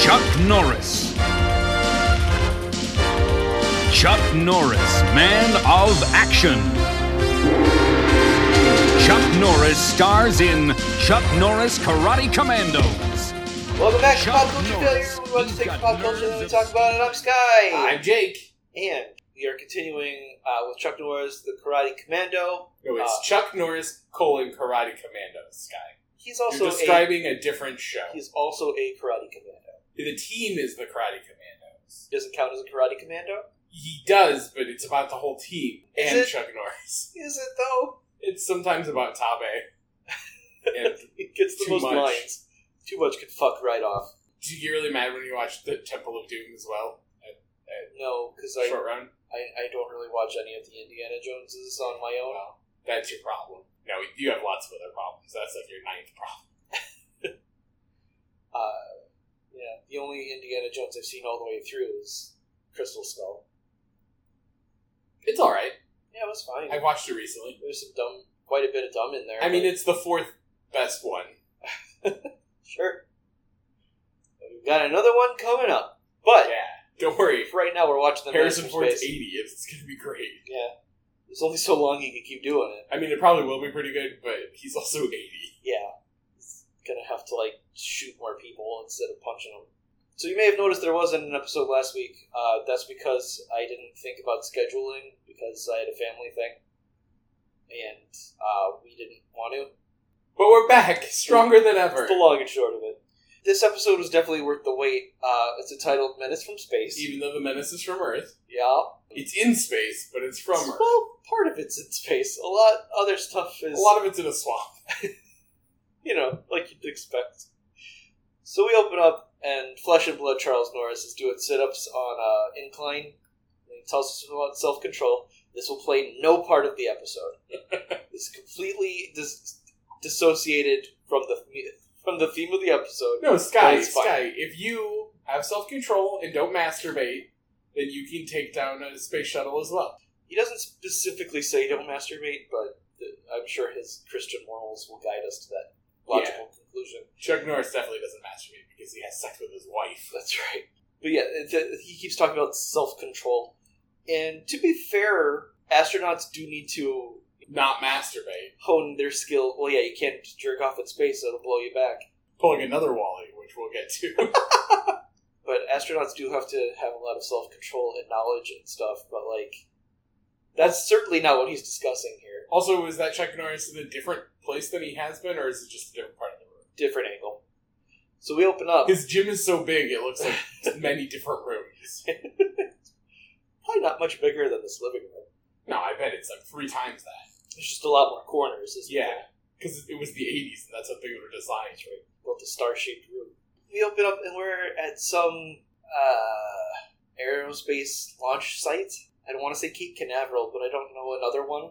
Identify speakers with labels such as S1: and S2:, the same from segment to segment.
S1: Chuck Norris. Chuck Norris, man of action. Chuck Norris stars in Chuck Norris Karate Commandos.
S2: Welcome back to
S1: Chuck
S2: Pop Culture
S1: Norris.
S2: Failure. We want to
S1: He's
S2: take
S1: got
S2: pop culture
S1: nerves
S2: and we
S1: of
S2: talk about it. I'm Sky.
S3: I'm Jake.
S2: and we are continuing uh, with Chuck Norris, the Karate Commando.
S3: No, it's
S2: Uh,
S3: Chuck Norris colon Karate Commandos guy.
S2: He's also
S3: You're describing a, different show.
S2: a he's also a Karate Commando.
S3: The team is the Karate Commandos.
S2: He doesn't count as a Karate Commando,
S3: He does, but it's about the whole team
S2: Is
S3: and
S2: it?
S3: Chuck Norris.
S2: is it? Though
S3: It's sometimes about Tabe. and
S2: it gets the
S3: Too
S2: most
S3: much.
S2: lines. Too much could fuck right off.
S3: do you get really mad when you watch the Temple of Doom as well?
S2: No, because I,
S3: Short run.
S2: I I don't really watch any of the Indiana Joneses on my own.
S3: Well, that's your problem. No, you have lots of other problems. That's like your ninth problem.
S2: Uh, yeah, the only Indiana Jones I've seen all the way through is Crystal Skull.
S3: It's all right.
S2: Yeah, it was fine.
S3: I watched it recently.
S2: There's some dumb, quite a bit of dumb in there.
S3: I mean,
S2: but-
S3: it's the fourth best one.
S2: Sure. We've got another one coming up. But
S3: yeah, don't worry.
S2: right now we're watching the
S3: Harrison
S2: Master
S3: Ford's
S2: Space.
S3: 80. It's, it's going to be great.
S2: Yeah. There's only so long you can keep doing it.
S3: I mean, it probably will be pretty good, but he's also 80.
S2: Yeah. He's gonna have to, like, shoot more people instead of punching them. So you may have noticed there wasn't an episode last week. Uh, that's because I didn't think about scheduling because I had a family thing. And uh, we didn't want to.
S3: But we're back, stronger than ever.
S2: That's the long and short of it. This episode was definitely worth the wait. Uh, it's entitled Menace from Space.
S3: Even though the menace is from Earth,
S2: Yeah.
S3: it's in space, but it's from Earth.
S2: Well, part of it's in space. A lot other stuff is
S3: A lot of it's in a swamp.
S2: you know, like you'd expect. So we open up and Flesh and Blood Charles Norris is doing sit ups on uh incline. And he tells us about self control. This will play no part of the episode. it's completely dis- dissociated from the from the theme of the episode.
S3: No, Sky,
S2: That's fine.
S3: Sky, if you have self control and don't masturbate, then you can take down a space shuttle as well.
S2: He doesn't specifically say don't masturbate, but I'm sure his Christian morals will guide us to that logical conclusion.
S3: Chuck Norris definitely doesn't masturbate because he has sex with his wife.
S2: That's right. But yeah, it- it- he keeps talking about self control. And to be fair, astronauts do need to
S3: Not masturbate.
S2: hone their skill. Well, yeah, you can't just jerk off in space, it'll blow you back.
S3: Pulling another Wally, which we'll get to.
S2: But astronauts do have to have a lot of self control and knowledge and stuff. But, like, that's certainly not what he's discussing here.
S3: also, is that Chuck Norris in a different place than he has been, or is it just a different part of the room?
S2: Different angle. So we open up.
S3: His gym is so big, it looks like many different rooms.
S2: Probably not much bigger than this living room.
S3: No, I bet it's like three times that.
S2: There's just a lot more corners. Isn't
S3: Yeah,
S2: there?
S3: because it was the 80s, and that's how things were designed, right?
S2: built a star shaped room. We open up and we're at some uh, aerospace launch site. I don't want to say Cape Canaveral, but I don't know another one.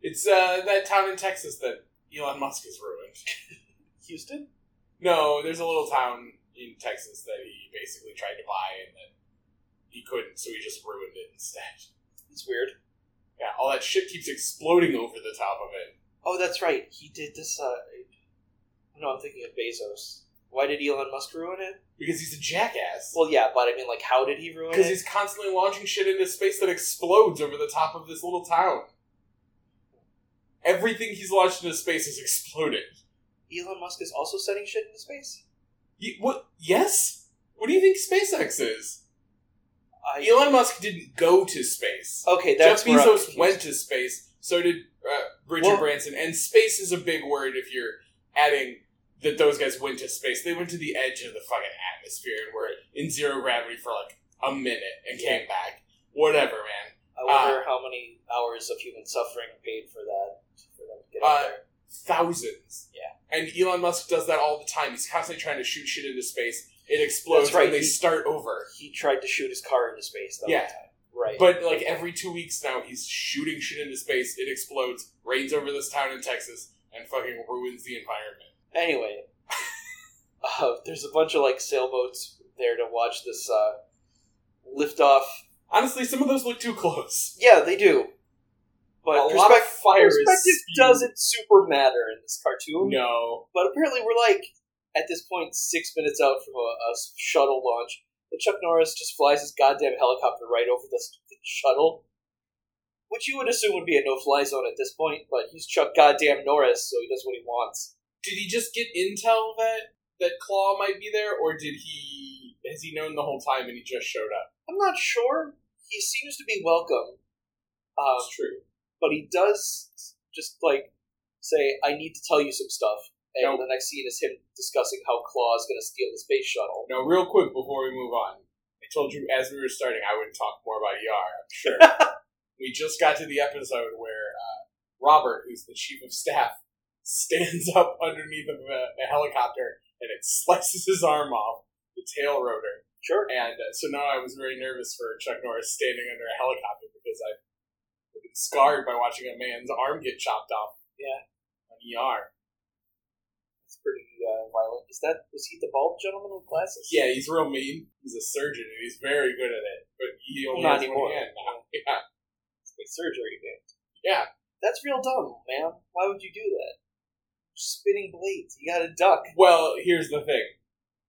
S3: It's uh, that town in Texas that Elon Musk has ruined.
S2: Houston?
S3: No, there's a little town in Texas that he basically tried to buy, and then he couldn't, so he just ruined it instead.
S2: It's weird.
S3: Yeah, all that shit keeps exploding over the top of it.
S2: Oh, that's right. He did this. Uh, no, I'm thinking of Bezos. Why did Elon Musk ruin it?
S3: Because he's a jackass.
S2: Well, yeah, but I mean, like, how did he ruin
S3: Because
S2: it?
S3: he's constantly launching shit into space that explodes over the top of this little town. Everything he's launched into space has exploded.
S2: Elon Musk is also sending shit into space.
S3: Ye- what? Yes? What do you think SpaceX is?
S2: I,
S3: Elon Musk didn't go to space.
S2: okay, that's
S3: Jeff
S2: where I'm
S3: Bezos
S2: confused.
S3: went to space. So did uh, Richard
S2: Well-
S3: Branson. And space is a big word if you're adding that those guys went to space. They went to the edge of the fucking atmosphere and were in zero gravity for like a minute and came back. Whatever, man.
S2: I wonder
S3: Uh,
S2: how many hours of human suffering paid for that. For them to get up
S3: Uh,
S2: there.
S3: thousands. Yeah. And Elon Musk does that all the time. He's constantly trying to shoot shit into space. It explodes
S2: That's right.
S3: and they
S2: He-
S3: start over.
S2: he tried to shoot his car into space that
S3: Yeah.
S2: one time. Right.
S3: But like every two weeks now, he's shooting shit into space. It explodes, rains over this town in Texas, and fucking ruins the environment.
S2: anyway, uh, there's a bunch of like sailboats there to watch this uh, liftoff.
S3: Honestly, some of those look too close.
S2: Yeah, they do. But
S3: A lot of
S2: perspec-
S3: fire is
S2: perspective
S3: spewed.
S2: doesn't super matter in this cartoon.
S3: No,
S2: But apparently, we're like at this point six minutes out from a, a shuttle launch, and Chuck Norris just flies his goddamn helicopter right over the, the shuttle, which you would assume would be a no-fly zone at this point, but he's Chuck goddamn Norris, so he does what he wants.
S3: Did he just get intel that that Claw might be there, or did he has he known the whole time and he just showed up?
S2: I'm not sure. He seems to be welcome, um,
S3: That's true.
S2: but he does just like say, "I need to tell you some stuff." And
S3: Nope.
S2: the next scene is him discussing how Claw is going to steal the space shuttle.
S3: Now, real quick before we move on, I told you as we were starting I would talk more about Yar. I'm sure. we just got to the episode where uh, Robert, who's the chief of staff, stands up underneath of a, a helicopter and it slices his arm off the tail rotor.
S2: Sure.
S3: And uh, so now I was very nervous for Chuck Norris standing under a helicopter because I've been scarred by watching a man's arm get chopped off.
S2: Yeah.
S3: On ER.
S2: It's pretty uh, violent. Is that was he the bald gentleman with glasses?
S3: Yeah, he's real mean. He's a surgeon and he's very good at it, but he only
S2: Not
S3: has
S2: anymore.
S3: one hand now. Yeah.
S2: Like surgery, man.
S3: Yeah.
S2: That's real dumb, man. Why would you do that? Spinning blades. You got to duck.
S3: Well, here's the thing.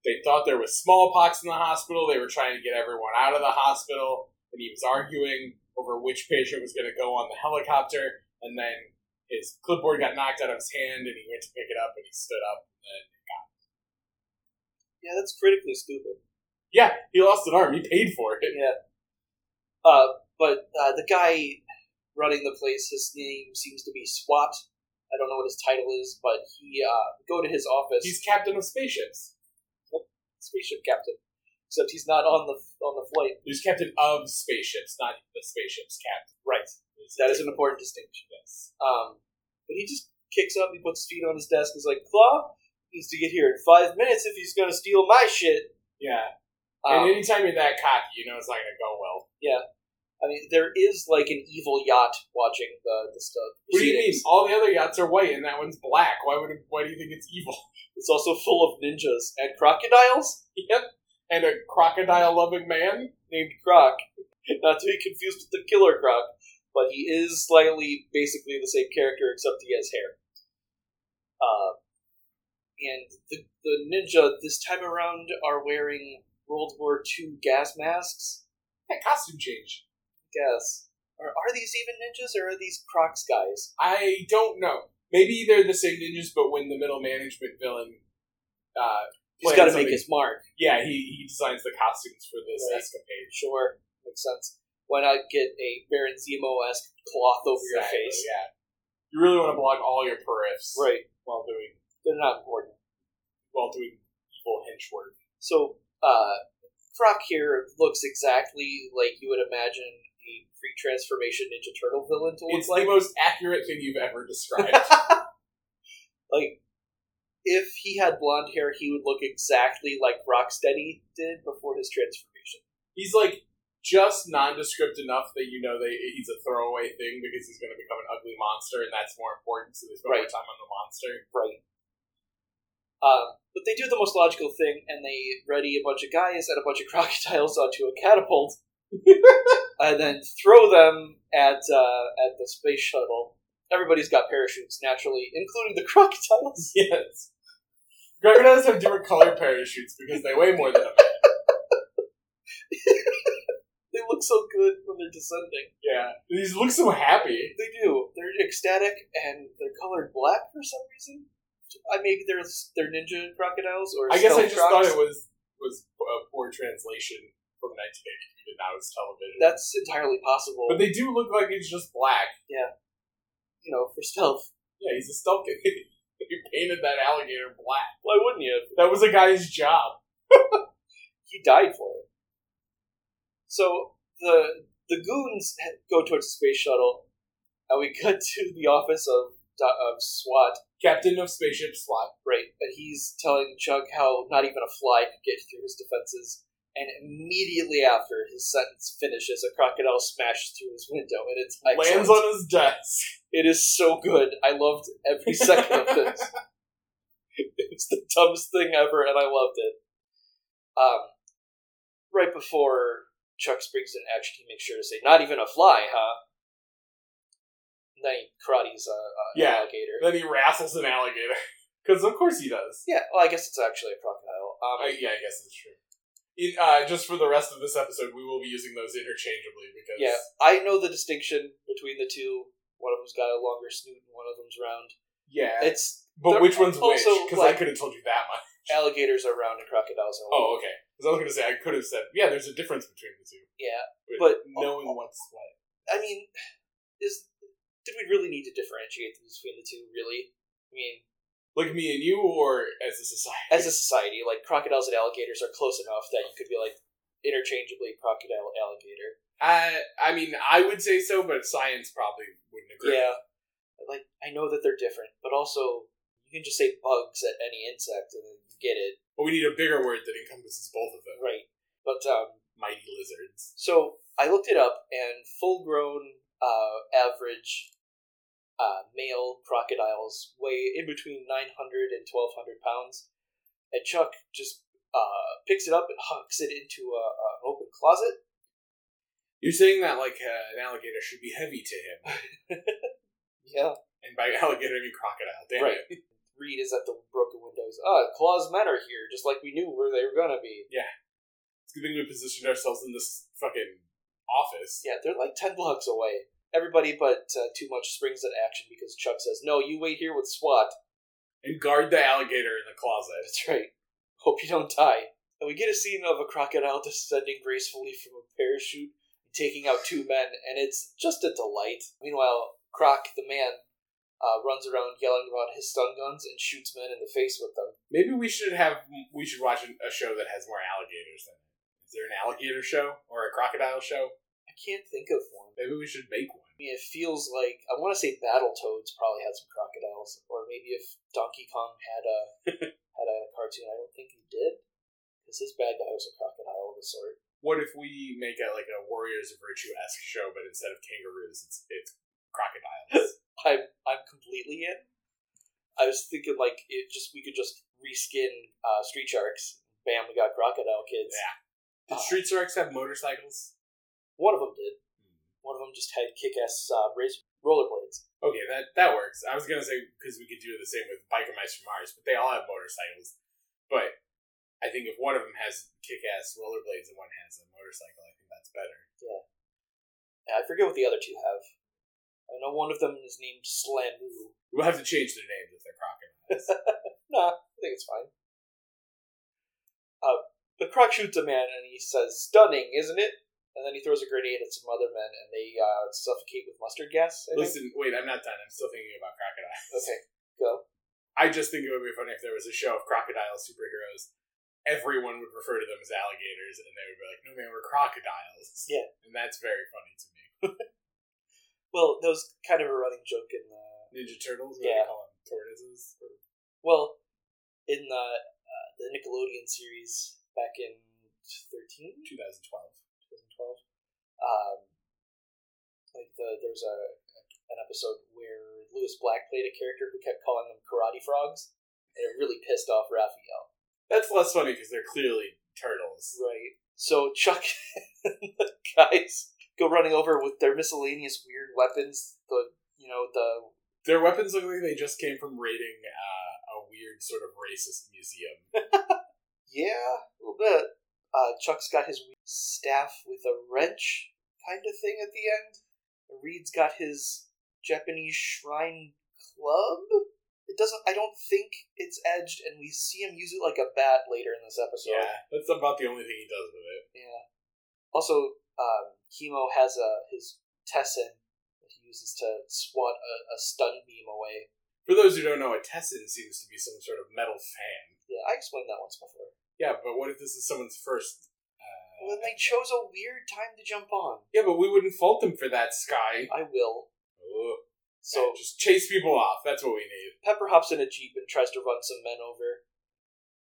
S3: They thought there was smallpox in the hospital. They were trying to get everyone out of the hospital, and he was arguing over which patient was going to go on the helicopter. And then his clipboard got knocked out of his hand, and he went to pick it up, and he stood up.
S2: Yeah, that's critically stupid.
S3: Yeah, he lost an arm. He paid for it.
S2: Yeah. Uh, but uh, the guy running the place, his name seems to be SWAT. I don't know what his title is, but he uh, go to his office.
S3: He's captain of spaceships.
S2: spaceship captain, except he's not on the on the flight.
S3: He's captain of spaceships, not the spaceships captain.
S2: Right. That is an important distinction.
S3: Yes.
S2: Um, but he just kicks up, he puts his feet on his desk, he's like, Claw needs to get here in five minutes if he's going to steal my shit.
S3: Yeah.
S2: Um,
S3: and anytime you're that cocky, you know it's not going to go well.
S2: I mean, there is like an evil yacht watching the, the stuff.
S3: What do you mean? All the other yachts are white, and that one's black. Why would? It, why do you think it's evil?
S2: It's also full of ninjas and crocodiles
S3: Yep. And a crocodile loving man?
S2: named Croc. Not to be confused with the killer Croc, but he is slightly basically the same character except he has hair. Uh, and the, the ninja this time around are wearing World War II gas masks.
S3: That costume change.
S2: guess. Are, are these even ninjas or are these Crocs guys?
S3: I don't know. Maybe they're the same ninjas, but when the middle management villain. Uh,
S2: He's
S3: plans
S2: got to
S3: something-
S2: make his mark.
S3: Yeah, he, he designs the costumes for this
S2: Right.
S3: escapade.
S2: Sure, makes sense. Why not get a Baron Zemo esque cloth over
S3: Exactly,
S2: your face?
S3: Yeah. You really want to block all your periffs
S2: Right,
S3: while doing
S2: they're not important.
S3: while doing evil hench work.
S2: So, uh, Croc here looks exactly like you would imagine a pre transformation Ninja Turtle villain to look
S3: It's
S2: like.
S3: the most accurate thing you've ever described.
S2: like, if he had blonde hair, he would look exactly like Rocksteady did before his transformation.
S3: he's like just nondescript enough that you know that he's a throwaway thing because he's going to become an ugly monster, and that's more important. So they spend
S2: Right.
S3: more time on the monster.
S2: Right. Um, but they do the most logical thing, and they ready a bunch of guys and a bunch of crocodiles onto a catapult, and then throw them at uh, at the space shuttle. Everybody's got parachutes, naturally, including the crocodiles.
S3: Yes. Crocodiles have different color parachutes because they weigh more than a man.
S2: They look so good when they're descending.
S3: Yeah. These look so happy.
S2: They do. They're ecstatic, and they're colored black for some reason. I maybe they're they're ninja crocodiles, or
S3: I guess I
S2: stealth
S3: just
S2: crocs.
S3: thought it was was a poor translation from 1982 to now it's television.
S2: that's entirely possible.
S3: but they do look like it's just black.
S2: you know, for stealth,
S3: Yeah, he's a stealth guy. He painted that alligator black.
S2: why wouldn't you?
S3: That was a guy's job.
S2: he died for it. So the the goons ha- go towards the space shuttle, and we cut to the office of Do- of SWAT.
S3: Captain of Spaceship Slot.
S2: Right, and he's telling Chuck how not even a fly could get through his defenses. And immediately after his sentence finishes, a crocodile smashes through his window, and it's
S3: lands
S2: excellent.
S3: on his desk.
S2: It is so good. I loved every second of this. it was the dumbest thing ever, and I loved it. Um, right before Chuck springs in action, he makes sure to say, "Not even a fly, huh?" And then he karate's a, a
S3: Yeah.
S2: alligator.
S3: Then he wrestles an alligator. Because of course he does.
S2: Yeah, well, I guess it's actually a crocodile. Um,
S3: I, yeah, I guess that's true. In, uh, just for the rest of this episode, we will be using those interchangeably because
S2: yeah, I know the distinction between the two. One of them's got a longer snoot and one of them's round.
S3: yeah.
S2: It's
S3: But
S2: they're
S3: which one's which?
S2: also,
S3: Because
S2: like-
S3: I could have told you that much.
S2: alligators are round and crocodiles are long.
S3: Oh, okay. Because I was going to say I could have said yeah. There's a difference between the two,
S2: Yeah, But-
S3: but, knowing what's what.
S2: I mean, is did we really need to differentiate between the two? Really? I mean,
S3: Like me and you, or as a society.
S2: as a society, like crocodiles and alligators are close enough that you could be like interchangeably crocodile alligator.
S3: I, I mean, I would say so, but science probably wouldn't agree.
S2: Yeah. Like I know that they're different, but also you can just say bugs at any insect and then you get it
S3: But we need a bigger word that encompasses both of them.
S2: right. But um,
S3: Mighty lizards.
S2: so I looked it up, and full-grown uh, average uh, male crocodiles weigh in between 900 and 1200 pounds, and Chuck just uh, picks it up and hucks it into a, a, an open closet.
S3: You're saying that like uh, an alligator should be heavy to him,
S2: Yeah.
S3: and by alligator I mean crocodile. Damn
S2: Right.
S3: it.
S2: Reed is at the broken windows. Ah, Claw's men are here, just like we knew where they were gonna be.
S3: It's a good thing we positioned ourselves in this fucking office.
S2: Yeah, they're like ten blocks away. Everybody but uh, Too Much springs at action because Chuck says, "No, you wait here with SWAT."
S3: And guard the alligator in the closet.
S2: That's right. Hope you don't die. And we get a scene of a crocodile descending gracefully from a parachute, taking out two men, and it's just a delight. Meanwhile, Croc, the man, uh, runs around yelling about his stun guns and shoots men in the face with them.
S3: Maybe we should have we should watch an- a show that has more alligators than. Is there an alligator show or a crocodile show?
S2: I can't think of one.
S3: Maybe we should make one.
S2: I mean, it feels like I want to say Battletoads probably had some crocodiles, or maybe if Donkey Kong had a had a cartoon. I don't think he did, because his bad guy was a crocodile of a sort.
S3: What if we make a like a Warriors of Virtue esque show, but instead of kangaroos, it's it's crocodiles.
S2: I'm I'm completely in. I was thinking like it just we could just reskin uh, Street Sharks. Bam, we got crocodile kids.
S3: Yeah. Did Street Sharks have motorcycles?
S2: One of them did. One of them just had kick-ass uh, race rollerblades.
S3: Okay, that that works. I was gonna say because we could do the same with Biker Mice from Mars, but they all have motorcycles. But I think if one of them has kick-ass rollerblades and one has a motorcycle, I think that's better.
S2: And I forget what the other two have. I know one of them is named Slamoo.
S3: We'll have to change their names if they're crocodiles.
S2: Nah, I think it's fine. Uh, the croc shoots a man and he says, "Stunning, isn't it?" And then he throws a grenade at some other men and they uh, suffocate with mustard gas. I think.
S3: Listen, wait, I'm not done. I'm still thinking about crocodiles.
S2: Okay, go.
S3: I just think it would be funny if there was a show of crocodile superheroes. Everyone would refer to them as alligators, and they would be like, "No man, we're crocodiles."
S2: Yeah.
S3: and that's very funny to me.
S2: Well, that was kind of a running joke in the
S3: Ninja Turtles, what do
S2: Yeah.
S3: they call them tortoises. Or
S2: well, in the uh, the Nickelodeon series back in thirteen
S3: 2012.
S2: 2012. Um, like the there was a an episode where Lewis Black played a character who kept calling them karate frogs, and it really pissed off Raphael.
S3: That's less funny because they're clearly turtles.
S2: Right. So Chuck and the guys go running over with their miscellaneous weird weapons. The you know the
S3: Their weapons look like they just came from raiding uh, a weird sort of racist museum.
S2: yeah a little bit. Uh, Chuck's got his weird staff with a wrench kind of thing at the end. Reed's got his Japanese shrine club. It doesn't. I don't think it's edged, and we see him use it like a bat later in this episode.
S3: yeah, that's about the only thing he does with it.
S2: Yeah. Also, um, Chemo has a his Tessin that he uses to swat a, a stun beam away.
S3: For those who don't know, a Tessin seems to be some sort of metal fan.
S2: Yeah, I explained that once before.
S3: Yeah, but what if this is someone's first? Uh,
S2: Well, then they chose a weird time to jump on.
S3: yeah, but we wouldn't fault them for that, Sky.
S2: I will. Uh,
S3: Ugh.
S2: So
S3: just chase people off. That's what we need.
S2: Pepper hops in a jeep and tries to run some men over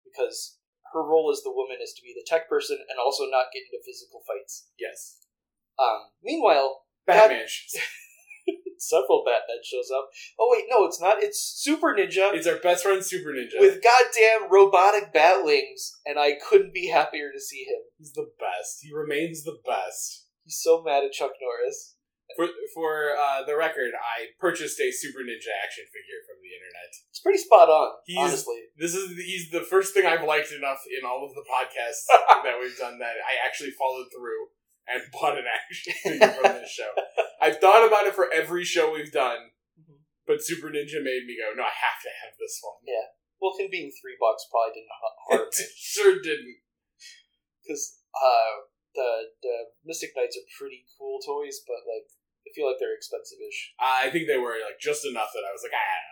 S2: because her role as the woman is to be the tech person and also not get into physical fights.
S3: Yes,
S2: Um, meanwhile,
S3: Batman. shows-
S2: several Batman shows up. Oh wait, no, it's not. It's Super Ninja.
S3: it's our best friend, Super Ninja.
S2: with goddamn robotic batlings, and I couldn't be happier to see him.
S3: He's the best. He remains the best.
S2: He's so mad at Chuck Norris,
S3: For, for uh, the record, I purchased a Super Ninja action figure from the internet.
S2: It's pretty spot on,
S3: He's-
S2: honestly.
S3: This is he's the first thing I've liked enough in all of the podcasts that we've done that I actually followed through and bought an action figure from this show. I've thought about it for every show we've done, but Super Ninja made me go, "No, I have to have this one."
S2: Well, him being three bucks probably didn't ha- harm
S3: It sure didn't.
S2: because uh, the the Mystic Knights are pretty cool toys, but like I feel like they're expensive-ish.
S3: I think they were like just enough that I was like, "Ah."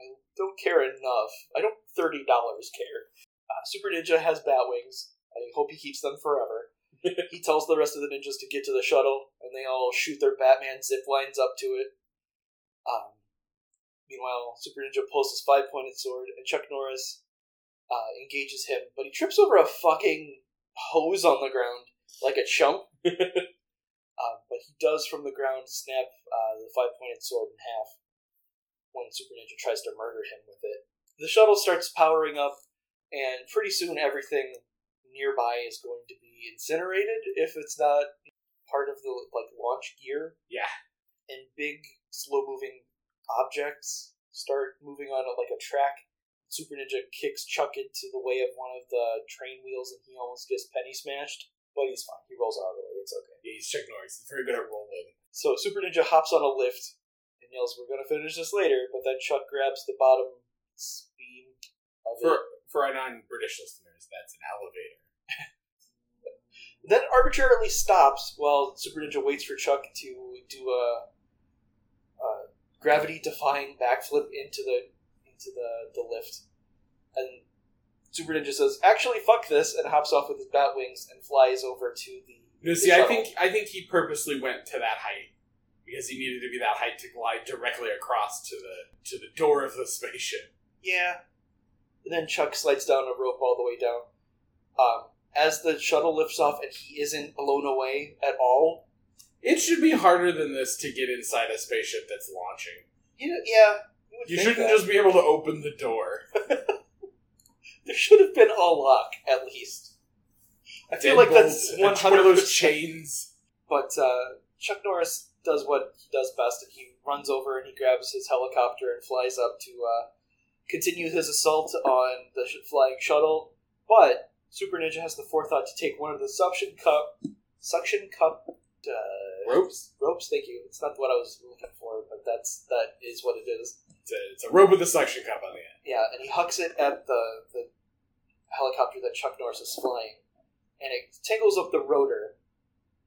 S2: I don't care enough. I don't thirty dollars care. Uh, Super Ninja has bat wings. I hope he keeps them forever. he tells the rest of the ninjas to get to the shuttle, and they all shoot their Batman zip lines up to it. Um, meanwhile, Super Ninja pulls his five pointed sword, and Chuck Norris uh, engages him, but he trips over a fucking hose on the ground like a chump. um, but he does from the ground snap uh, the five pointed sword in half when Super Ninja tries to murder him with it. The shuttle starts powering up, and pretty soon everything nearby is going to be incinerated if it's not part of the like launch gear.
S3: Yeah.
S2: And big slow moving objects start moving on like a track. Super Ninja kicks Chuck into the way of one of the train wheels and he almost gets penny smashed, but he's fine. He rolls out of the way. It's okay.
S3: Yeah, he's Chuck Norris. He's very good at rolling.
S2: So Super Ninja hops on a lift and yells, "We're gonna finish this later." But then Chuck grabs the bottom beam of
S3: For
S2: it,
S3: for our non-British listeners, that's an elevator.
S2: then arbitrarily stops while Super Ninja waits for Chuck to do a, a gravity-defying backflip into the into the the lift, and Super Ninja says, "Actually, fuck this," and hops off with his bat wings and flies over to the.
S3: No,
S2: the
S3: see, I
S2: shuttle.
S3: think I think he purposely went to that height because he needed to be that height to glide directly across to the to the door of the spaceship.
S2: Yeah. And then Chuck slides down a rope all the way down. Um, as the shuttle lifts off and he isn't blown away at all.
S3: It should be harder than this to get inside a spaceship that's launching.
S2: Yeah, yeah. would
S3: You
S2: think
S3: shouldn't
S2: that.
S3: just be able to open the door.
S2: There should have been a lock at least. I feel like that's
S3: Deadbolt,
S2: one
S3: it's of
S2: hundred
S3: those
S2: percent.
S3: chains.
S2: But uh, Chuck Norris does what he does best, and he runs over and he grabs his helicopter and flies up to uh, continue his assault on the sh- flying shuttle. But Super Ninja has the forethought to take one of the suction cup, suction cup uh,
S3: Ropes.
S2: ropes. Thank you. It's not what I was looking for, but that's that is what it is.
S3: It's a, it's a rope with a suction cup on the end.
S2: Yeah, and he hucks it at the, the helicopter that Chuck Norris is flying, and it tangles up the rotor.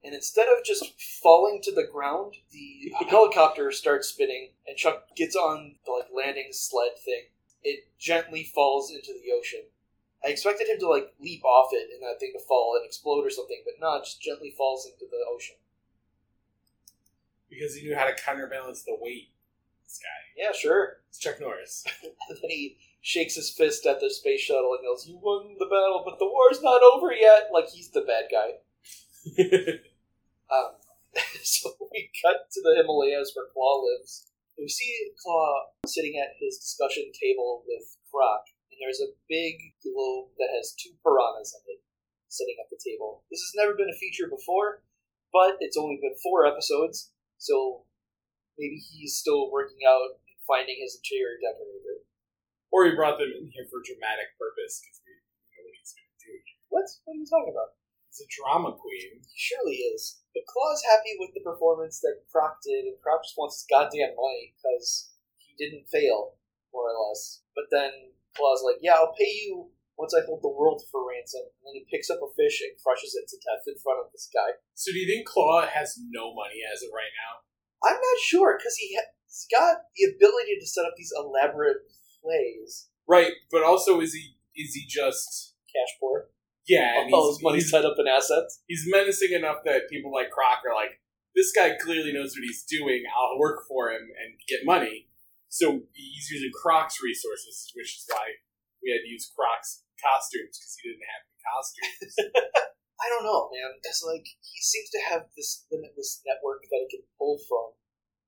S2: And instead of just falling to the ground, the helicopter starts spinning, and Chuck gets on the like landing sled thing. It gently falls into the ocean. I expected him to like leap off it and that thing to fall and explode or something, but no, it just gently falls into the ocean.
S3: Because he knew how to counterbalance the weight. This guy.
S2: Yeah, sure.
S3: It's Chuck Norris.
S2: And then he shakes his fist at the space shuttle and yells, "You won the battle, but the war's not over yet!" Like he's the bad guy. Um, so we cut to the Himalayas where Claw lives. We see Claw sitting at his discussion table with Croc, and there's a big globe that has two piranhas in it sitting at the table. This has never been a feature before, but it's only been four episodes, so maybe he's still working out and finding his interior decorator.
S3: or he brought them in here for dramatic purpose because we know what he's going to do.
S2: What? What are you talking about?
S3: He's a drama queen.
S2: He surely is. But Claw's happy with the performance that Croc did, and Croc just wants his goddamn money because he didn't fail, more or less. But then Claw's like, "Yeah, I'll pay you once I hold the world for ransom." And then he picks up a fish and crushes it to death in front of this guy.
S3: So do you think Claw has no money as of right now?
S2: I'm not sure because he ha- he's got the ability to set up these elaborate plays.
S3: Right, but also is he is he just
S2: Cash poor.
S3: yeah? And
S2: All
S3: he's,
S2: his money
S3: he's,
S2: tied up in assets.
S3: he's menacing enough that people like Croc are like, this guy clearly knows what he's doing. I'll work for him and get money. So he's using Croc's resources, which is why we had to use Croc's costumes because he didn't have the costume.
S2: I don't know, man. Because like he seems to have this limitless network that he can pull from,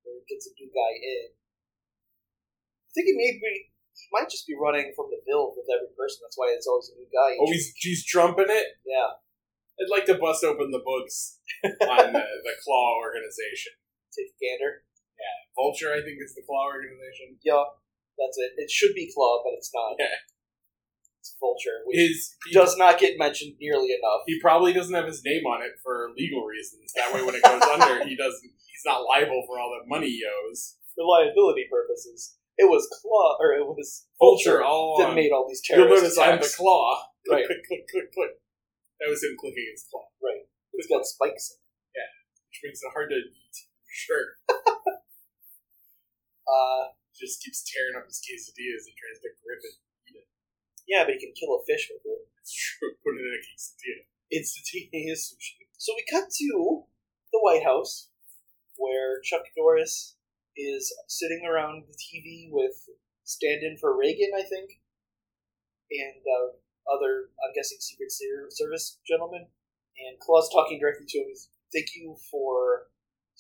S2: where he gets a new guy in. I think he may be. He might just be running from the bill with every person. That's why it's always a new guy.
S3: Oh, he's he's trumping it.
S2: yeah.
S3: I I'd like to bust open the books on the, the Claw organization.
S2: Take a gander.
S3: Vulture, I think, is the Claw organization.
S2: Yeah, that's it. It should be Claw, but it's not.
S3: Yeah.
S2: It's Vulture, which
S3: His he,
S2: does not get mentioned nearly enough.
S3: he probably doesn't have his name on it for legal reasons. That way, when it goes under, he doesn't. He's not liable for all the money he owes.
S2: for liability purposes. It was Claw, or it was
S3: Vulture, all
S2: that
S3: on.
S2: made all these
S3: You'll
S2: terrorist
S3: notice I'm the
S2: attacks.
S3: Claw.
S2: Right.
S3: Click, click, click, click. That was him clicking his claw,
S2: It's got spikes. in it.
S3: which makes it hard to eat. Sure,
S2: Uh,
S3: just keeps tearing up his quesadilla as he tries to grip it.
S2: yeah, but you can kill a fish with it.
S3: It's true. Put it in a quesadilla.
S2: Instantaneous sushi. So we cut to the White House, where Chuck Norris is sitting around the TV with stand-in for Reagan, I think, and uh, other, I'm guessing, Secret Ser- Service gentlemen. And Claw's talking directly to him. He's, Thank you for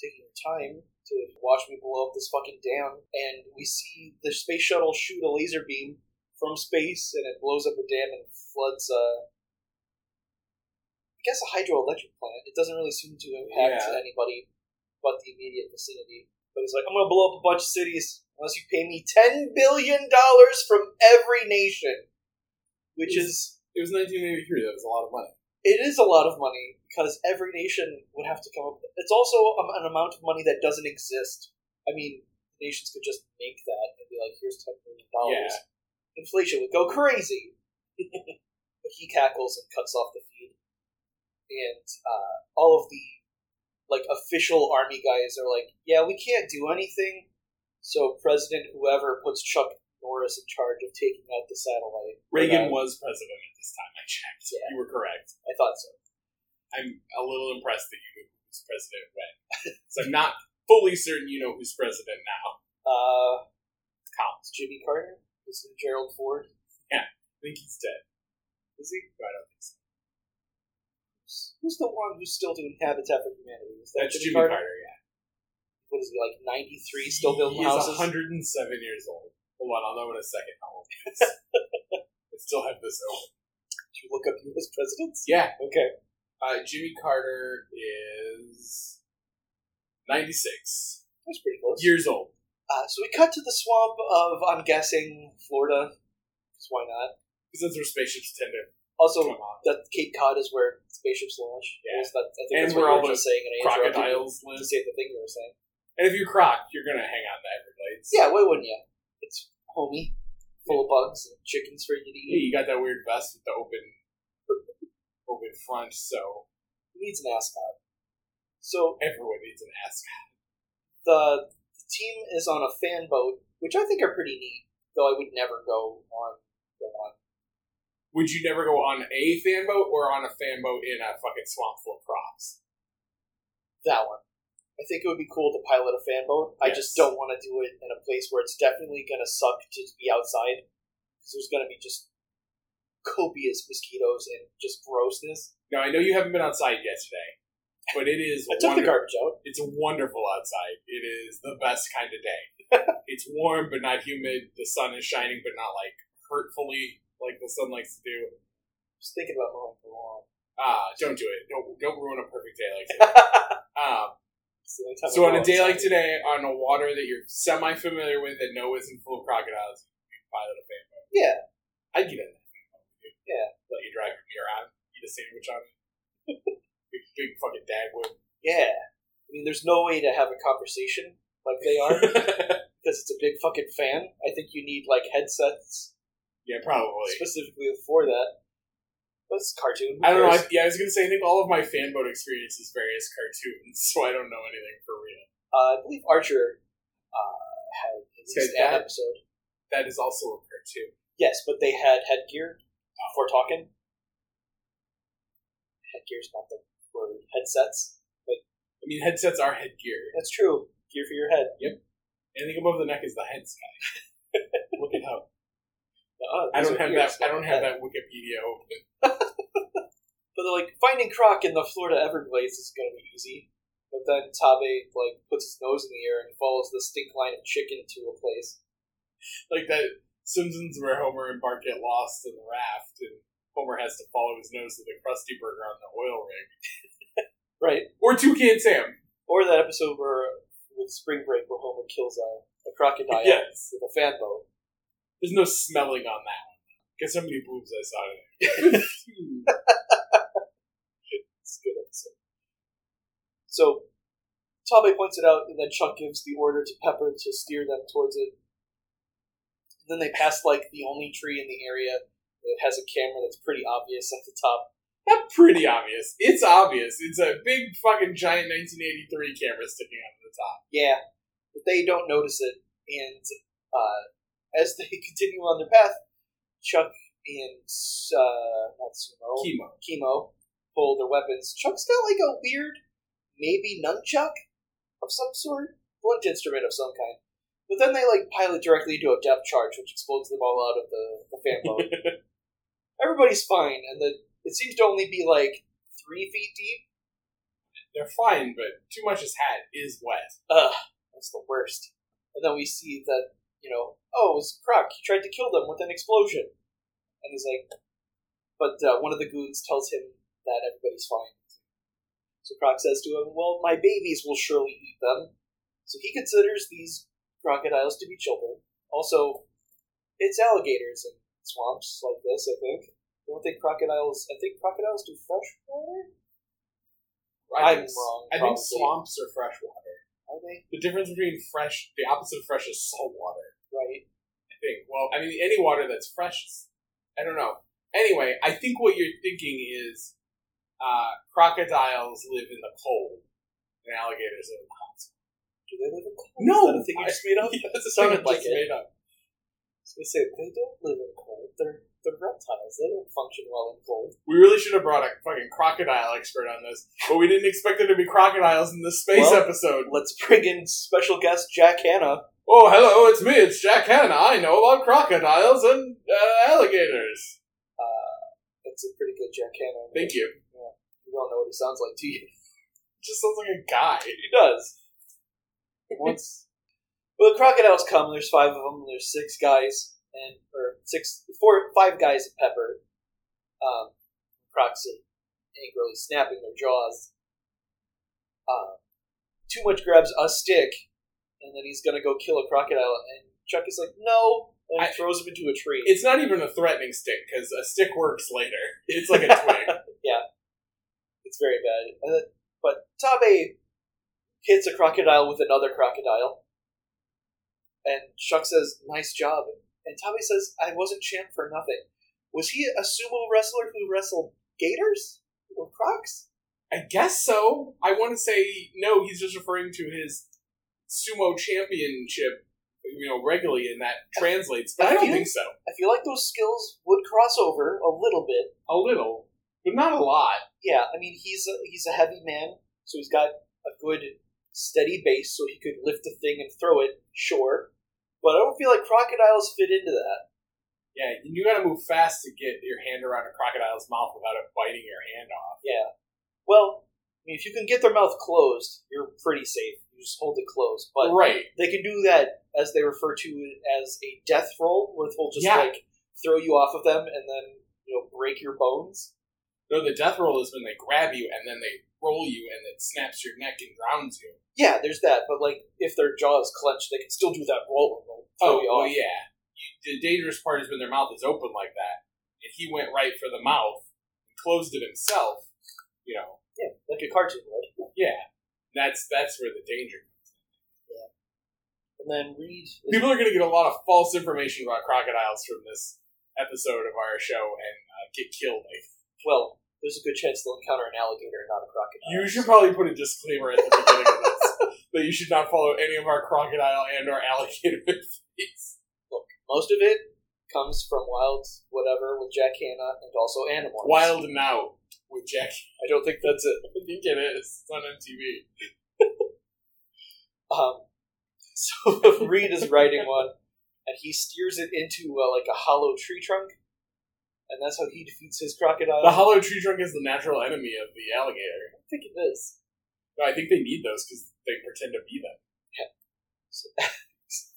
S2: taking your time to watch me blow up this fucking dam. And we see the space shuttle shoot a laser beam from space, and it blows up a dam and floods. Uh, I guess a hydroelectric plant. It doesn't really seem to impact
S3: Yeah.
S2: anybody but the immediate vicinity. But he's like, I'm gonna blow up a bunch of cities unless you pay me ten billion dollars from every nation, which is
S3: It was 1983. That was a lot of money.
S2: it is a lot of money because every nation would have to come up. It's also a- an amount of money that doesn't exist. I mean, nations could just make that and be like, "Here's ten million dollars." Inflation would go crazy. but he cackles and cuts off the feed, and uh, all of the like official army guys are like, "Yeah, we can't do anything." So President whoever puts Chuck Norris in charge of taking out the satellite.
S3: Reagan
S2: Without-
S3: was president at this time. I checked.
S2: Yeah.
S3: You were correct.
S2: I thought so.
S3: I'm a little impressed that you knew who was president when. so I'm not fully certain you know who's president now.
S2: Uh, Collins. Jimmy Carter? Is it Gerald Ford?
S3: I think he's dead. Is he? No, I don't think so.
S2: Who's the one who's still doing Habitat for Humanity? Is that
S3: That's Jimmy Carter. yeah.
S2: What is he, like 93, still building
S3: He is
S2: houses?
S3: 107 years old. Hold on, I'll know in a second how old he is. I still have this open.
S2: Did you look up U.S. presidents?
S3: Yeah.
S2: Okay.
S3: Uh, Jimmy Carter is 96
S2: That's pretty close.
S3: years old.
S2: Uh, so we cut to the swamp of, I'm guessing, Florida. Because why not?
S3: Because that's where spaceships tend to come
S2: Also,
S3: on.
S2: that Cape Cod is where spaceships launch.
S3: Yeah.
S2: Is that, I think
S3: And
S2: that's
S3: where
S2: what you
S3: all
S2: were
S3: the
S2: just saying. And I interrupted you
S3: Crocodiles
S2: to
S3: live.
S2: say the thing you were saying.
S3: And if you croc, you're gonna hang out in the Everglades.
S2: Yeah, why wouldn't you? It's homey, full of bugs and chickens for you to
S3: Yeah,
S2: eat.
S3: you got that weird vest with the open, open front, so
S2: He needs an ascot. So
S3: everyone needs an ascot.
S2: the team is on a fan boat, which I think are pretty neat, though I would never go on the one.
S3: Would you never go on a fan boat or on a fan boat in a fucking swamp full of crocs?
S2: That one. I think it would be cool to pilot a fan boat. I just
S3: Yes.
S2: don't want to do it in a place where it's definitely going to suck to be outside, because there's going to be just copious mosquitoes and just grossness.
S3: Now I know you haven't been outside yet today, but it is
S2: I took the
S3: wonder-
S2: garbage out.
S3: It's wonderful outside. It is the best kind of day. it's warm but not humid. The sun is shining but not like hurtfully like the sun likes to do.
S2: Just thinking about mowing the lawn.
S3: Ah, don't do it. Don't don't ruin a perfect day like today. um,
S2: It's the only time I
S3: So on
S2: go
S3: a day like
S2: outside.
S3: today, on a water that you're semi familiar with and know isn't full of crocodiles, you can pilot a fan boat.
S2: Yeah.
S3: I'd get in that fan boat. with you.
S2: Yeah.
S3: Let you drive your beer on, eat a sandwich on it. big, big fucking dagwood.
S2: yeah. I mean, there's no way to have a conversation like they are because it's a big fucking fan. I think you need like headsets
S3: yeah, probably.
S2: specifically for that. What's cartoon? Who
S3: I don't know. I,
S2: cares?
S3: yeah, I was gonna say. I think all of my fan boat experience is various cartoons, so I don't know anything for real.
S2: Uh, I believe Archer uh, had at
S3: Okay,
S2: least an
S3: that-
S2: episode.
S3: That is also a cartoon.
S2: Yes, but they had headgear for talking. Headgear's not the word. Headsets.
S3: I mean, headsets are headgear.
S2: That's true. Gear for your head.
S3: Anything above the neck is the head sky. Look it up.
S2: Uh,
S3: I
S2: these
S3: don't
S2: are
S3: have that.
S2: ears,
S3: I
S2: not
S3: don't
S2: the
S3: have
S2: head.
S3: that Wikipedia open.
S2: But they're like finding Croc in the Florida Everglades is going to be easy. But then Tabe like puts his nose in the air and follows the stink line of chicken to a place.
S3: like that Simpsons where Homer and Bart get lost in the raft and Homer has to follow his nose to the Krusty Burger on the oil rig.
S2: Right.
S3: Or Toucan Sam.
S2: Or that episode where with Spring Break where Homer kills a, a crocodile
S3: Yes.
S2: with a fan boat.
S3: There's no smelling on that one. Because so many boobs I saw today.
S2: It's a good episode. So Tabe points it out and then Chuck gives the order to Pepper to steer them towards it. Then they pass like the only tree in the area that has a camera that's pretty obvious at the top.
S3: Not pretty obvious. It's obvious. It's a big fucking giant 1983 camera sticking out of the top.
S2: Yeah. But they don't notice it and uh, as they continue on their path, Chuck and uh, not Sumo,
S3: Chemo.
S2: chemo, pull their weapons. Chuck's got like a weird, maybe nunchuck of some sort, blunt instrument of some kind. But then they like pilot directly into a depth charge, which explodes them all out of the, the fan boat. Everybody's fine, and the it seems to only be like three feet deep.
S3: They're fine, but too much his hat is wet.
S2: Ugh, that's the worst. And then we see that you know, oh, it was Croc. He tried to kill them with an explosion, and he's like, but uh, one of the goons tells him that everybody's fine. So Croc says to him, "Well, my babies will surely eat them." So he considers these crocodiles to be children. Also, it's alligators in swamps like this. I think. I don't think crocodiles. I think crocodiles do fresh water.
S3: I
S2: I'm
S3: think,
S2: wrong,
S3: I
S2: probably.
S3: think swamps are fresh water.
S2: Are they
S3: The difference between fresh, the opposite of fresh is salt water.
S2: right?
S3: I think. Well, I mean, any water that's fresh, is- I don't know. Anyway, I think what you're thinking is uh, crocodiles live in the cold and alligators live in the hot.
S2: Do they live in cold?
S3: No,
S2: is that a thing you just made up?
S3: That's a
S2: sounded
S3: thing I
S2: like
S3: just
S2: it.
S3: made up.
S2: I was gonna say they don't live in cold. They're they're reptiles. They don't function well in cold.
S3: We really should have brought a fucking crocodile expert on this, but we didn't expect there to be crocodiles in this space
S2: Well-
S3: episode.
S2: Let's bring in special guest Jack Hanna.
S3: Oh, hello, it's me, it's Jack Hanna. I know about crocodiles and uh, alligators.
S2: That's a pretty good Jack Hanna.
S3: Thank you.
S2: You don't know what he sounds like, do you?
S3: Just sounds like a guy.
S2: He does. Once, well, the crocodiles come. There's five of them. There's six guys and or six, four, five guys. and Pepper, um, crocs are angrily snapping their jaws. Uh, too much grabs a stick, and then he's gonna go kill a crocodile. And Chuck is like, "No!" and he
S3: I-
S2: throws him into a tree.
S3: It's not even a threatening stick because a stick works later. It's like a twig.
S2: It's very bad. And then- But Tabe hits a crocodile with another crocodile. And Chuck says, nice job. And Tabe says, I wasn't champ for nothing. Was he a sumo wrestler who wrestled gators? Or crocs?
S3: I guess so. I want to say no. He's just referring to his sumo championship, you know, regularly, and that translates. But I don't think so.
S2: I feel like those skills would cross over a little bit.
S3: A little, but not a lot.
S2: Yeah, I mean, he's a, he's a heavy man, so he's got a good steady base, so he could lift a thing and throw it, sure. But I don't feel like crocodiles fit into that.
S3: Yeah, you got to move fast to get your hand around a crocodile's mouth without it biting your hand off.
S2: Yeah. Well, I mean, if you can get their mouth closed, you're pretty safe. You just hold it closed. But
S3: right.
S2: they can do that as they refer to it as a death roll, where they'll just
S3: Yeah.
S2: like throw you off of them and then you know break your bones.
S3: No, the death roll is when they grab you and then they roll you and it snaps your neck and drowns you.
S2: Yeah, there's that. But like, if their jaw is clenched, they can still do that roll. and they'll throw
S3: Oh,
S2: you
S3: oh
S2: off.
S3: yeah. You, the dangerous part is when their mouth is open like that. If he went right for the mouth and closed it himself, you know,
S2: yeah, like a cartoon would.
S3: Yeah, that's that's where the danger.
S2: And then Reed. is-
S3: People are going to get a lot of false information about crocodiles from this episode of our show and uh, get killed. I think.
S2: well, there's a good chance they'll encounter an alligator, and not a crocodile.
S3: You should probably put a disclaimer at the beginning of this that you should not follow any of our crocodile and or alligator movies.
S2: Most of it comes from Wild Whatever with Jack Hanna and also Animal.
S3: Wild and Out with Jack.
S2: I don't think that's it.
S3: I think it is. It's on MTV.
S2: Um, so Reed is riding one, and he steers it into uh, like a hollow tree trunk, and that's how he defeats his crocodile.
S3: The hollow tree trunk is the natural enemy of the alligator.
S2: I think it is.
S3: No, I think they need those because they pretend to be them.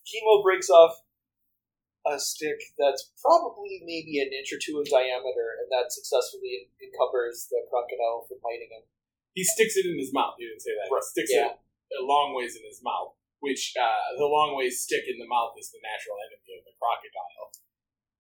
S2: Chemo breaks off. a stick that's probably maybe an inch or two in diameter, and that successfully encumbers the crocodile from biting him.
S3: He sticks it in his mouth. You didn't say that.
S2: Right,
S3: He sticks
S2: yeah.
S3: it a long ways in his mouth, which uh, the long ways stick in the mouth is the natural enemy of the crocodile.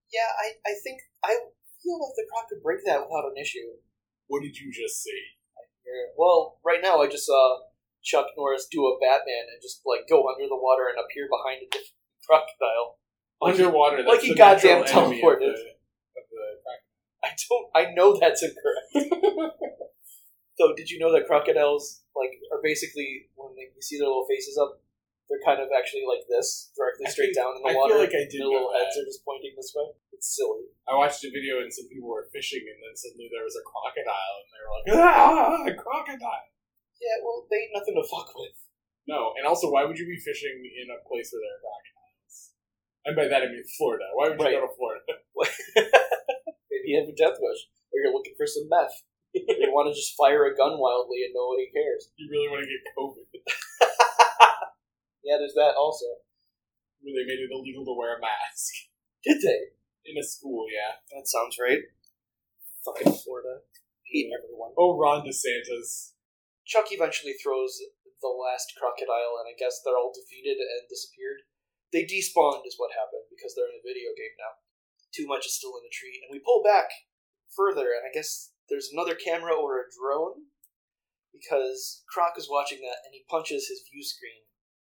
S2: Yeah, I, I think I feel like the croc could break that without an issue.
S3: What did you just see?
S2: Yeah, Well, right now I just saw Chuck Norris do a Batman and just like go under the water and appear behind a different crocodile. Like he-
S3: Underwater. That's
S2: like he
S3: the
S2: goddamn
S3: natural enemy of
S2: teleported.
S3: the- of the crocodile.
S2: I don't. I know that's incorrect. so, did you know that crocodiles like are basically when they, you see their little faces up, they're kind of actually like this, directly
S3: I
S2: straight
S3: think-
S2: down in the
S3: I feel
S2: water.
S3: like I did
S2: Their
S3: know
S2: little
S3: that.
S2: heads are just pointing this way. It's silly.
S3: I watched a video and some people were fishing, and then suddenly there was a crocodile, and they were like, "Ah, a crocodile!"
S2: Yeah, well, they ain't nothing to fuck with.
S3: No, and also, why would you be fishing in a place where there are crocodiles? And by that I mean Florida. Why would you
S2: Right.
S3: go to Florida?
S2: Maybe you have a death wish, or you're looking for some meth. or you want to just fire a gun wildly and nobody cares.
S3: You really want to get COVID?
S2: Yeah, there's that also.
S3: Where they made it illegal to wear a mask
S2: Did they?
S3: in a school? Yeah.
S2: That sounds right. Fucking Florida. Eating everyone.
S3: Oh, Ron DeSantis.
S2: Chuck eventually throws the last crocodile, and I guess they're all defeated and disappeared. They despawned, is what happened, because they're in a video game now. Too much is still in a tree, and we pull back further, and I guess there's another camera or a drone, because Croc is watching that, and he punches his view screen,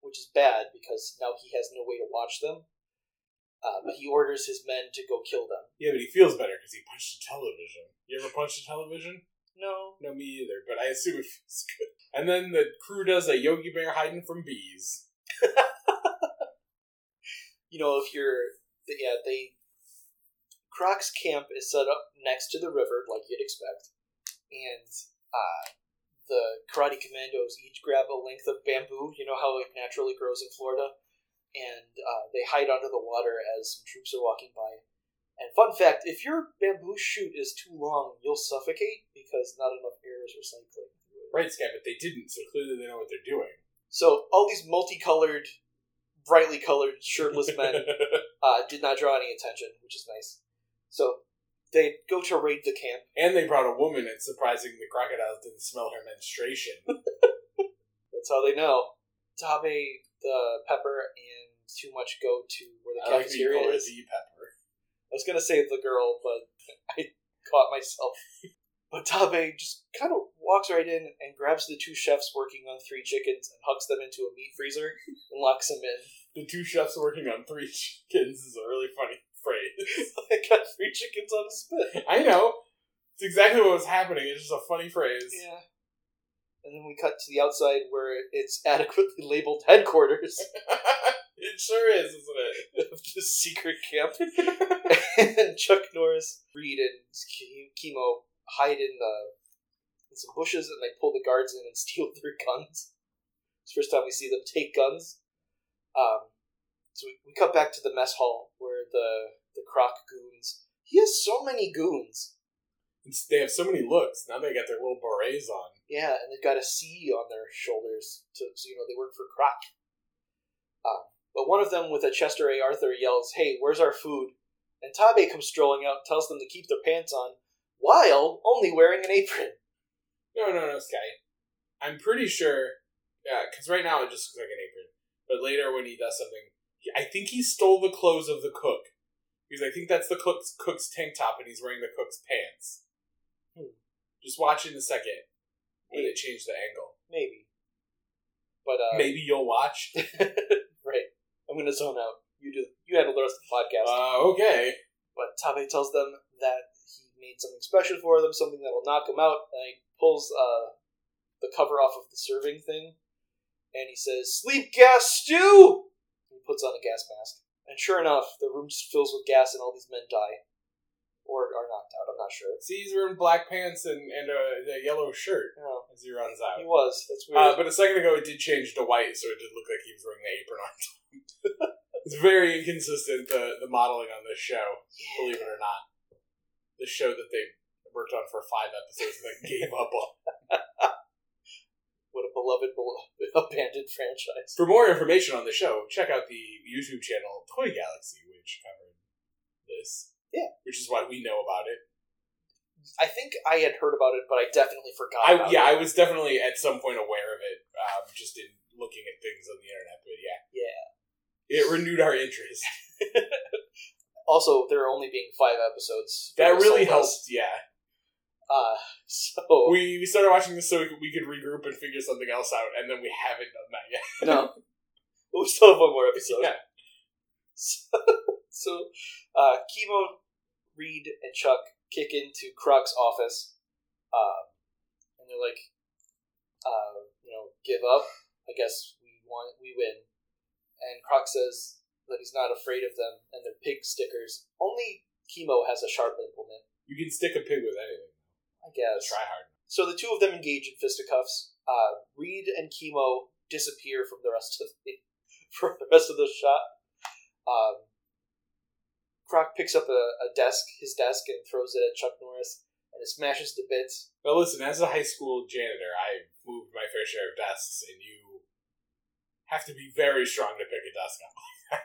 S2: which is bad because now he has no way to watch them. Uh, but he orders his men to go kill them.
S3: Yeah, but he feels better because he punched a television. You ever punched a television?
S2: No,
S3: No, me either. But I assume it feels good. And then the crew does a Yogi Bear hiding from bees.
S2: you know, if you're, th- yeah, they. Croc's camp is set up next to the river, like you'd expect, and uh, the karate commandos each grab a length of bamboo. You know how it naturally grows in Florida, and uh, they hide under the water as some troops are walking by. And fun fact: if your bamboo shoot is too long, you'll suffocate because not enough air is recycling.
S3: Right, Sky, but they didn't, so clearly they know what they're doing.
S2: So all these multicolored, brightly colored shirtless men uh, did not draw any attention, which is nice. So they go to raid the camp.
S3: and they brought a woman, it's surprising the crocodiles didn't smell her menstruation.
S2: That's how they know. Tabe, the pepper, and too much go to where
S3: I
S2: the
S3: like that you
S2: cafeteria
S3: call her
S2: is.
S3: the pepper.
S2: I was gonna say the girl, but I caught myself. But Tabe just kind of walks right in and grabs the two chefs working on three chickens and hucks them into a meat freezer and locks them in.
S3: The two chefs working on three chickens is a really funny phrase.
S2: I got three chickens on a spit.
S3: I know. It's exactly what was happening. It's just a funny phrase.
S2: Yeah. And then we cut to the outside where it's adequately labeled headquarters
S3: it sure is, isn't it?
S2: of the secret camp. and Chuck Norris, Reed, and Ke- Chemo hide in the in some bushes, and they pull the guards in and steal their guns. It's the first time we see them take guns. Um, so we, we cut back to the mess hall where the the Croc goons. He has so many goons.
S3: It's, they have so many looks. Now they got their little berets on.
S2: Yeah, and they've got a C on their shoulders, to, so you know they work for Croc. Uh, but one of them with a Chester A. Arthur yells, "Hey, where's our food?" And Tabe comes strolling out, and tells them to keep their pants on, while only wearing an apron.
S3: No, no, no, Sky. I'm pretty sure, because right now it just looks like an apron. But later when he does something, he- I think he stole the clothes of the cook. Because I think that's the cook's, cook's tank top and he's wearing the cook's pants.
S2: Hmm.
S3: Just watch in a second when they
S2: Maybe,
S3: change the angle.
S2: maybe. but uh,
S3: Maybe you'll watch.
S2: right. I'm gonna zone out. You do. You handle the rest of the podcast.
S3: uh, okay.
S2: But Tabe tells them that he made something special for them, something that will knock them out, and he pulls uh, the cover off of the serving thing, and he says, Sleep gas stew! And he puts on a gas mask. And sure enough, the room just fills with gas, and all these men die. Or are knocked out, I'm not sure.
S3: See, he's wearing black pants and, and a, a yellow shirt
S2: No,
S3: as he runs
S2: he
S3: out.
S2: was. That's weird.
S3: Uh, but a second ago, it did change to white, so it did look like he was wearing the apron on top. it's very inconsistent, the, the modeling on this show.
S2: yeah.
S3: believe it or not, the show that they worked on for five episodes and then gave up on.
S2: What a beloved, beloved abandoned franchise.
S3: For more information on the show, check out the YouTube channel Toy Galaxy, which covers this.
S2: Yeah.
S3: Which is why we know about it.
S2: I think I had heard about it, but I definitely forgot.
S3: I,
S2: about
S3: yeah,
S2: it.
S3: I was definitely at some point aware of it, um, just in looking at things on the internet. But yeah,
S2: Yeah.
S3: it renewed our interest.
S2: Also, there are only being five episodes.
S3: That
S2: for this
S3: really
S2: whole list.
S3: helped. Yeah,
S2: Uh, so
S3: we we started watching this so we could, we could regroup and figure something else out, and then we haven't done that yet.
S2: no, But we still have one more episode.
S3: Yeah.
S2: So, so uh, Kimo, Reed, and Chuck kick into Krug's office, uh, and they're like, uh, you know, give up. I guess we want, we win. And Krug says that he's not afraid of them and their pig stickers. Only Kimo has a sharp implement,
S3: You can stick a pig with anything.
S2: I guess.
S3: Try hard.
S2: So the two of them engage in fisticuffs. Uh, Reed and Chemo disappear from the rest of the from the rest of the shot. Um, Croc picks up a, a desk, his desk, and throws it at Chuck Norris, and it smashes to bits.
S3: But listen, as a high school janitor, I moved my fair share of desks, and you have to be very strong to pick a desk up,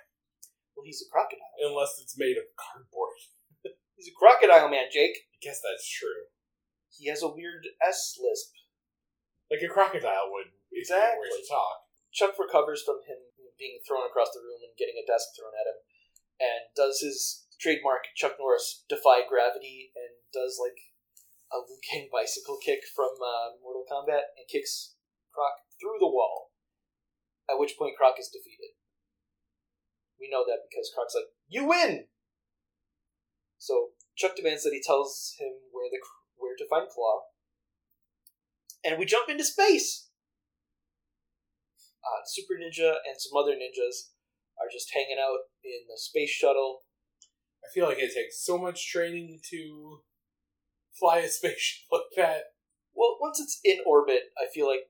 S2: Well, he's a crocodile.
S3: unless it's made of cardboard.
S2: He's a crocodile man, Jake.
S3: I guess that's true.
S2: He has a weird S lisp.
S3: Like a crocodile would if you were
S2: Exactly.
S3: to talk.
S2: Chuck recovers from him being thrown across the room and getting a desk thrown at him, and does his trademark Chuck Norris defy gravity and does like a Liu Kang bicycle kick from uh, Mortal Kombat and kicks Croc through the wall. At which point, Croc is defeated. We know that because Croc's like, "You win." So Chuck demands that he tells him where the where to find Claw, and we jump into space uh, Super Ninja and some other ninjas are just hanging out in the space shuttle.
S3: I feel like it takes so much training to fly a spaceship like that.
S2: Well, once it's in orbit, I feel like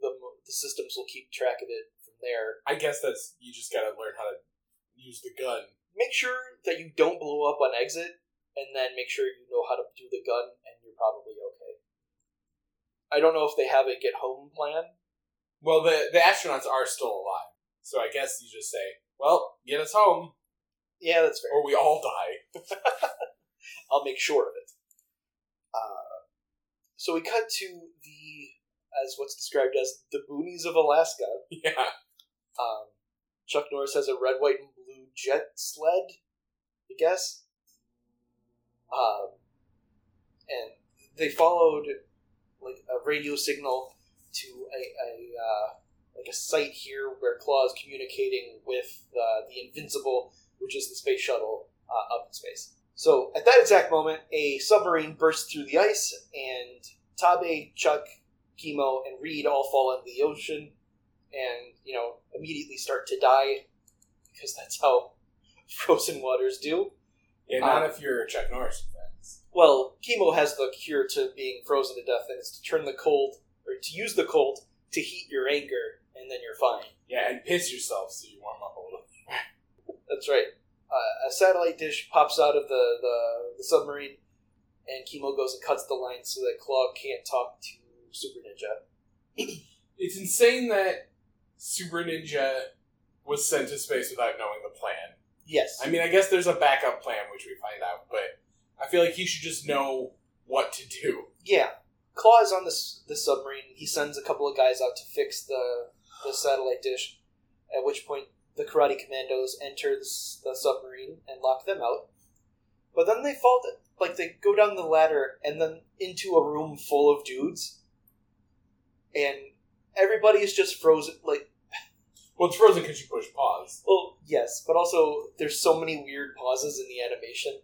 S2: the mo- the systems will keep track of it from there.
S3: I guess that's you just gotta learn how to use the gun.
S2: Make sure that you don't blow up on exit, and then make sure you know how to do the gun, and you're probably okay. I don't know if they have a get home plan.
S3: Well, the the astronauts are still alive, so I guess you just say, "Well, get us home,
S2: Yeah, that's fair.
S3: or we all die."
S2: I'll make sure of it. Uh, so we cut to the as what's described as the boonies of Alaska.
S3: yeah,
S2: Um, Chuck Norris has a red, white, and blue jet sled, I guess. Um, and they followed like a radio signal to a, a uh, like a site here where Claw is communicating with uh, the Invincible, which is the space shuttle uh, up in space. So at that exact moment, a submarine bursts through the ice, and Tabe, Chuck, Kimo, and Reed all fall into the ocean and you know immediately start to die because that's how frozen waters do.
S3: yeah. Not
S2: Um,
S3: if you're Chuck Norris. in fact.
S2: Well, chemo has the cure to being frozen to death, and it's to turn the cold or to use the cold to heat your anger, and then you're fine.
S3: Yeah, and piss yourself so you warm up a little.
S2: That's right. Uh, a satellite dish pops out of the, the, the submarine, and chemo goes and cuts the line so that Claw can't talk to Super Ninja.
S3: It's insane that Super Ninja was sent to space without knowing the plan.
S2: Yes.
S3: I mean, I guess there's a backup plan which we find out, but I feel like he should just know what to do.
S2: Yeah, Claw is on this the submarine. He sends a couple of guys out to fix the the satellite dish. At which point, the Karate Commandos enter the, s- the submarine and lock them out. But then they fall th- like they go down the ladder and then into a room full of dudes, and everybody is just frozen. Like,
S3: Well, it's frozen because you push pause.
S2: well, yes, but also there's so many weird pauses in the animation.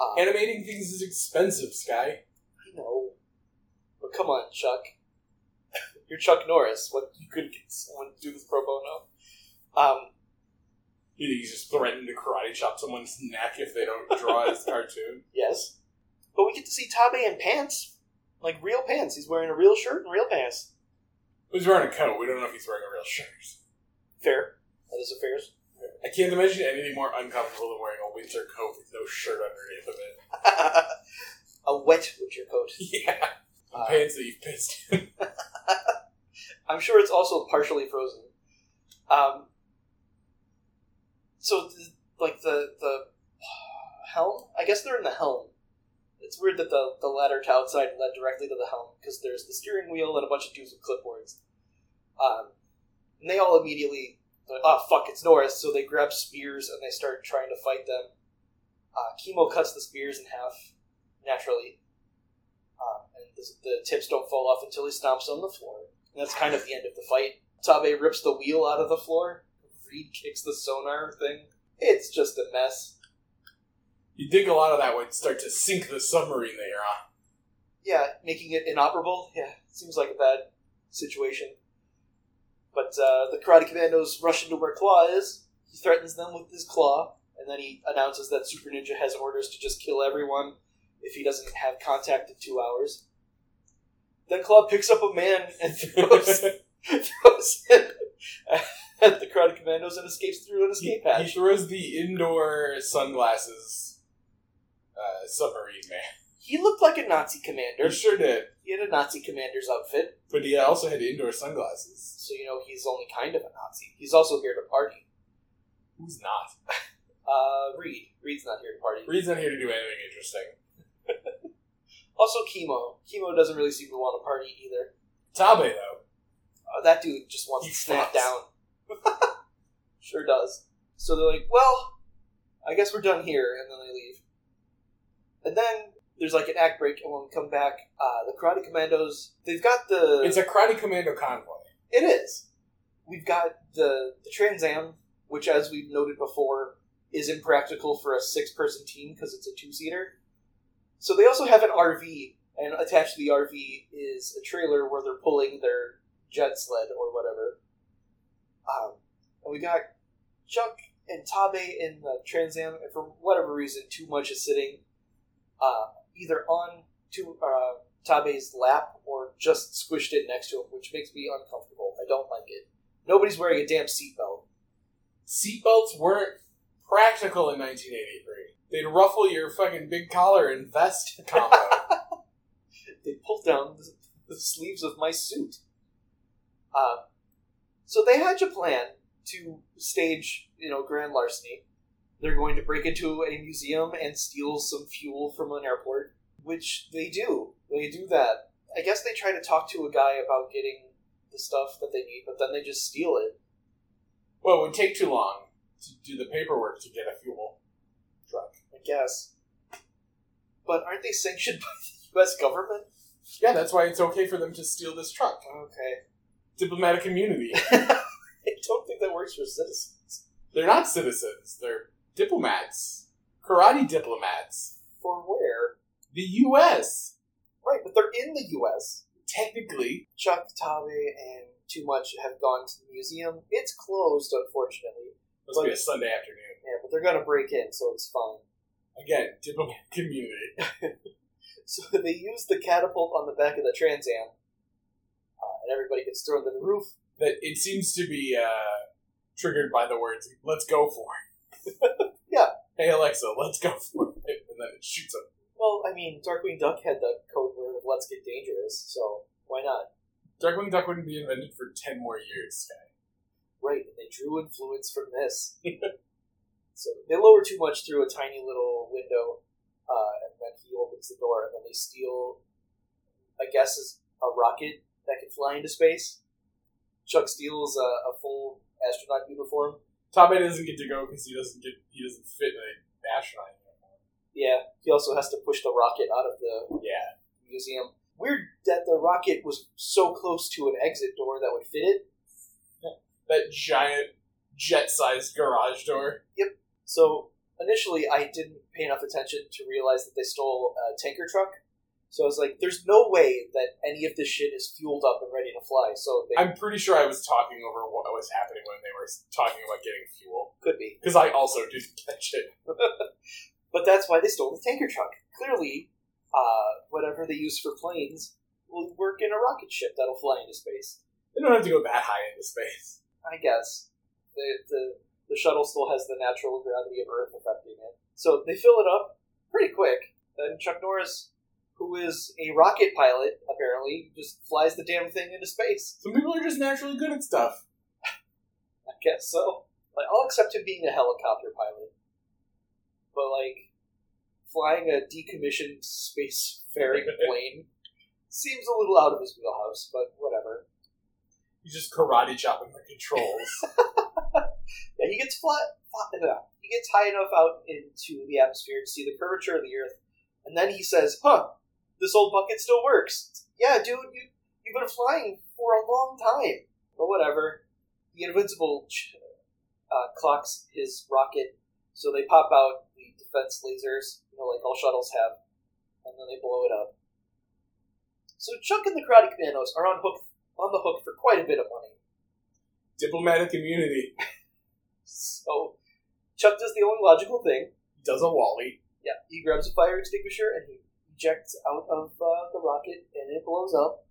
S2: Uh,
S3: Animating things is expensive, Sky.
S2: I know. But come on, Chuck. You're Chuck Norris. What you could get someone to do this pro bono. Um,
S3: You think he's just threatened to karate chop someone's neck if they don't draw his cartoon?
S2: yes. But we get to see Tabe in pants. Like real pants. He's wearing a real shirt and real pants.
S3: He's wearing a coat. We don't know if he's wearing a real shirt.
S2: Fair. That is a fair
S3: I can't imagine anything more uncomfortable than wearing a winter coat with no shirt underneath of it.
S2: a wet butcher coat.
S3: Yeah.
S2: Uh,
S3: pants that you've pissed in.
S2: I'm sure it's also partially frozen. Um, so, th- like the the helm? I guess they're in the helm. It's weird that the, the ladder to outside led directly to the helm because there's the steering wheel and a bunch of dudes with clipboards. Um, and they all immediately, like, oh fuck, it's Norris. So they grab spears and they start trying to fight them. Uh, Chemo cuts the spears in half naturally, um, and the, the tips don't fall off until he stomps on the floor. And that's kind of the end of the fight. Tabe rips the wheel out of the floor. Reed kicks the sonar thing. It's just a mess.
S3: You think a lot of that would start to sink the submarine that you're on.
S2: yeah, making it inoperable. Yeah, seems like a bad situation. But uh, the Karate Commandos rush into where Claw is. He threatens them with his claw, and then he announces that Super Ninja has orders to just kill everyone if he doesn't have contact in two hours. Then Claw picks up a man and throws, throws him at the Karate Commandos and escapes through an
S3: he,
S2: escape
S3: he
S2: hatch.
S3: throws the indoor sunglasses uh, submarine man.
S2: He looked like a Nazi commander.
S3: He sure did,
S2: He had a Nazi commander's outfit.
S3: but he also had indoor sunglasses.
S2: so you know he's only kind of a Nazi. He's also here to party.
S3: Who's not?
S2: Uh, Reed. Reed's not here to party.
S3: Reed's not here to do anything interesting.
S2: Also, Chemo. Chemo doesn't really seem to want to party either.
S3: Tabe though,
S2: Uh, that dude just wants
S3: He
S2: to snap
S3: fucks.
S2: down. sure does. So they're like, well, I guess we're done here, and then they leave. And then there's like an act break, and when we come back, uh, the Karate Commandos, they've got the.
S3: it's a karate commando convoy.
S2: It is. We've got the, the Trans Am, which, as we've noted before, is impractical for a six person team because it's a two seater. So they also have an RV, and attached to the RV is a trailer where they're pulling their jet sled or whatever. Um, and we got Chuck and Tabe in the Trans Am, and for whatever reason, too much is sitting uh, either on to uh, Tabe's lap or just squished in next to him, which makes me uncomfortable. I don't like it. Nobody's wearing a damn seatbelt.
S3: Seatbelts weren't practical in 1983. They'd ruffle your fucking big collar and vest combo.
S2: They pulled down the, the sleeves of my suit. Um, so they had a plan to stage, you know, grand larceny. They're going to break into a museum and steal some fuel from an airport, which they do. They do that. I guess they try to talk to a guy about getting the stuff that they need, but then they just steal it.
S3: well, it would take too long to do the paperwork to get a fuel truck.
S2: I guess. But aren't they sanctioned by the U.S. government?
S3: Yeah, that's why it's okay for them to steal this truck.
S2: Okay.
S3: Diplomatic immunity.
S2: I don't think that works for citizens.
S3: They're not citizens. They're diplomats. Karate diplomats.
S2: For where?
S3: The U.S.
S2: Right, but they're in the U.S.
S3: Technically,
S2: Chuck, Tabe, and Too Much have gone to the museum. It's closed, unfortunately.
S3: must be a Sunday afternoon.
S2: Yeah, but they're gonna break in, so it's fine.
S3: Again, diplomatic community.
S2: So they use the catapult on the back of the Trans Am, uh, and everybody gets thrown to the roof.
S3: That it seems to be uh, triggered by the words "Let's go for it."
S2: Yeah.
S3: Hey Alexa, let's go for it, and then it shoots up.
S2: Well, I mean, Darkwing Duck had the code word of "Let's get dangerous," so why not?
S3: Darkwing Duck wouldn't be invented for ten more years.
S2: Right, and they drew influence from this. so they lower too much through a tiny little window, uh, and then he opens the door, and then they steal, I guess, is a rocket that can fly into space. Chuck steals a, a full astronaut uniform.
S3: Top Eight doesn't get to go because he doesn't get he doesn't fit in a astronaut. uniform.
S2: Yeah, he also has to push the rocket out of the
S3: Yeah.
S2: museum. Weird that the rocket was so close to an exit door that would fit it.
S3: That giant jet-sized garage door.
S2: So initially, I didn't pay enough attention to realize that they stole a tanker truck. So I was like, "There's no way that any of this shit is fueled up and ready to fly." So they
S3: I'm pretty sure I was talking over what was happening when they were talking about getting fuel
S2: could be,
S3: because I also didn't catch it.
S2: but that's why they stole the tanker truck. Clearly, uh, whatever they use for planes will work in a rocket ship that'll fly into space.
S3: They don't have to go that high into space.
S2: I guess the the the shuttle still has the natural gravity of Earth affecting it. So they fill it up pretty quick. Then Chuck Norris, who is a rocket pilot apparently, just flies the damn thing into space.
S3: Some people are just naturally good at stuff.
S2: I guess so. Like I'll accept him being a helicopter pilot, but like flying a decommissioned spacefaring plane seems a little out of his wheelhouse, but whatever.
S3: He's just karate chopping the controls.
S2: Yeah, he gets flat, flat uh, he gets high enough out into the atmosphere to see the curvature of the Earth, and then he says, "Huh, this old bucket still works." Yeah, dude, you you've been flying for a long time, but whatever. The Invincible ch- uh, clocks his rocket, so they pop out the defense lasers, you know, like all shuttles have, and then they blow it up. So Chuck and the Karate Commandos are on hook on the hook for quite a bit of money.
S3: Diplomatic immunity.
S2: So Chuck does the only logical thing.
S3: He does a Wally.
S2: Yeah, he grabs a fire extinguisher and he ejects out of uh, the rocket, and it blows up.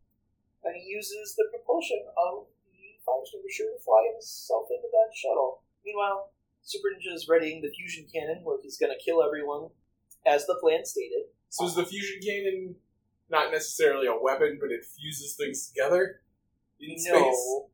S2: And he uses the propulsion of the fire extinguisher to fly himself into that shuttle. Meanwhile, Super Ninja is readying the fusion cannon, where he's going to kill everyone, as the plan stated.
S3: So is the fusion cannon not necessarily a weapon, but it fuses things together in space?
S2: No,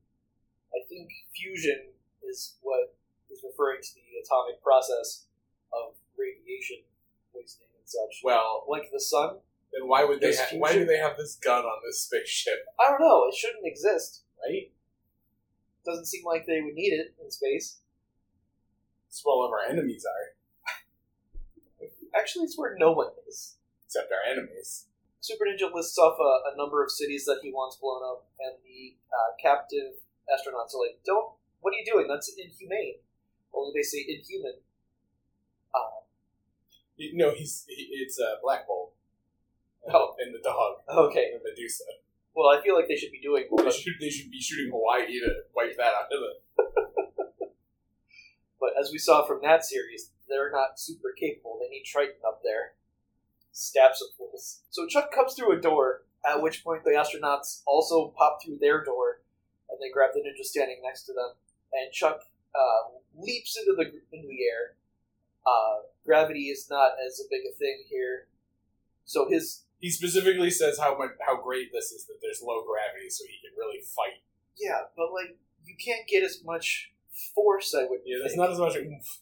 S2: I think fusion is what is referring to the atomic process of radiation poisoning and such.
S3: Well,
S2: Like the sun,
S3: then why would they?
S2: There's
S3: Ha- why do
S2: fusion-
S3: they have this gun on this spaceship?
S2: I don't know. It shouldn't exist.
S3: Right?
S2: Doesn't seem like they would need it in space.
S3: It's where all of our enemies are,
S2: Actually, it's where no one is.
S3: except our enemies.
S2: Super Ninja lists off a, a number of cities that he wants blown up, and the uh, captive astronauts are like, "Don't! What are you doing? That's inhumane." Only they say inhuman.
S3: Y- No, he's he, it's uh, Black Bolt.
S2: Oh.
S3: and the dog,
S2: Okay.
S3: and Medusa.
S2: Well, I feel like they should be doing.
S3: They
S2: But,
S3: should, they should be shooting Hawaii to wipe that out of the
S2: but as we saw from that series, they're not super capable. They need Triton up there. Stab some fools. So Chuck comes through a door. At which point, the astronauts also pop through their door and they grab the ninja standing next to them. And Chuck uh, leaps into the into the air. Uh, gravity is not as a big a thing here, so his
S3: He specifically says how much, how great this is that there's low gravity, so he can really fight.
S2: yeah, but like you can't get as much force. I would
S3: Yeah,
S2: think.
S3: there's not as much. oomph.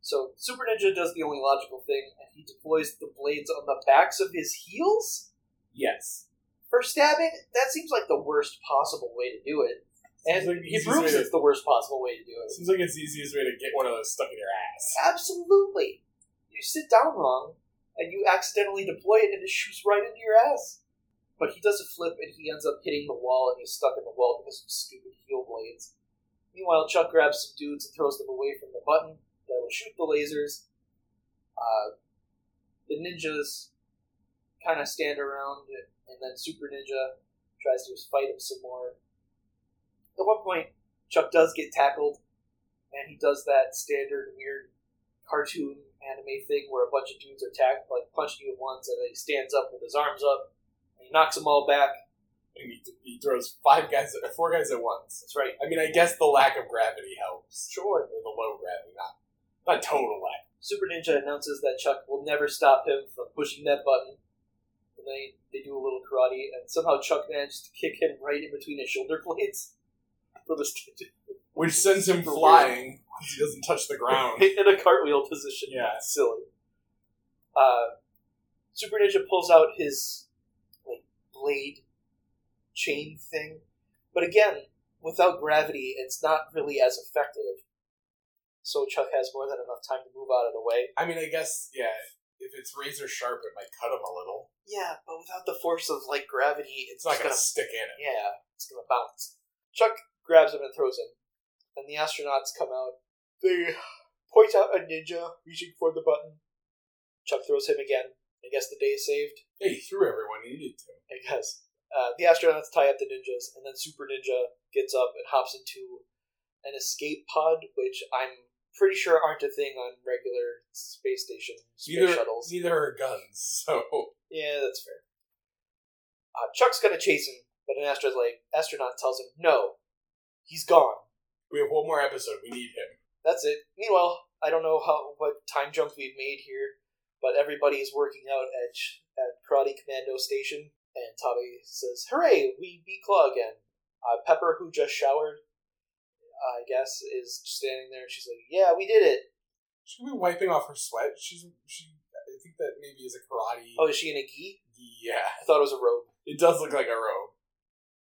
S2: So Super Ninja does the only logical thing, and he deploys the blades on the backs of his heels
S3: Yes,
S2: for stabbing. That seems like the worst possible way to do it, and
S3: Seems like the
S2: he
S3: easiest
S2: proves
S3: way to-
S2: it's the worst possible way to do it.
S3: seems like it's the easiest way to get one of those stuck in your ass.
S2: Absolutely. You sit down wrong, and you accidentally deploy it, and it shoots right into your ass. But he does a flip, and he ends up hitting the wall, and he's stuck in the wall because of stupid heel blades. Meanwhile, Chuck grabs some dudes and throws them away from the button that will shoot the lasers. Uh, the ninjas kind of stand around, and then Super Ninja tries to fight him some more. At one point, Chuck does get tackled, and he does that standard weird cartoon anime thing where a bunch of dudes are tacked, like punching you at once, and then he stands up with his arms up and he knocks them all back.
S3: And he, he throws five guys, at, four guys at once.
S2: That's right.
S3: I mean, I guess the lack of gravity helps,
S2: Sure.
S3: or the low gravity, not not total lack.
S2: Super Ninja announces that Chuck will never stop him from pushing that button. And they, they do a little karate, and somehow Chuck manages to kick him right in between his shoulder blades. For the st-
S3: which sends him
S2: Super
S3: flying because he doesn't touch the ground.
S2: in a cartwheel position.
S3: yeah,
S2: silly. Uh, Super Ninja pulls out his like blade chain thing, but again, without gravity, it's not really as effective. So Chuck has more than enough time to move out of the way.
S3: I mean, I guess yeah. If it's razor sharp, it might cut him a little.
S2: Yeah, but without the force of like gravity,
S3: It's not gonna stick in it.
S2: Yeah, it's gonna bounce. Chuck grabs him and throws him, and the astronauts come out. They point out a ninja reaching for the button. Chuck throws him again. I guess the day is saved.
S3: Hey, he threw everyone he needed to.
S2: I guess. Uh, the astronauts tie up the ninjas, and then Super Ninja gets up and hops into an escape pod, which I'm pretty sure aren't a thing on regular space station space
S3: Neither,
S2: shuttles.
S3: neither are guns. So
S2: Yeah, that's fair. Uh, Chuck's gonna chase him, but an astronaut like astronaut tells him no, he's gone.
S3: we have one more episode. We need him.
S2: That's it. Meanwhile, I don't know how what time jump we've made here, but everybody is working out at Ch- at Karate Commando Station, and Tommy says, "Hooray, we beat Claw again." Uh, Pepper, who just showered, I guess, is standing there, and she's like, "Yeah, we did it."
S3: Should we be wiping off her sweat? She's she maybe is a karate.
S2: Oh, is she in a gi?
S3: Yeah,
S2: I thought it was a robe.
S3: it does look like a robe.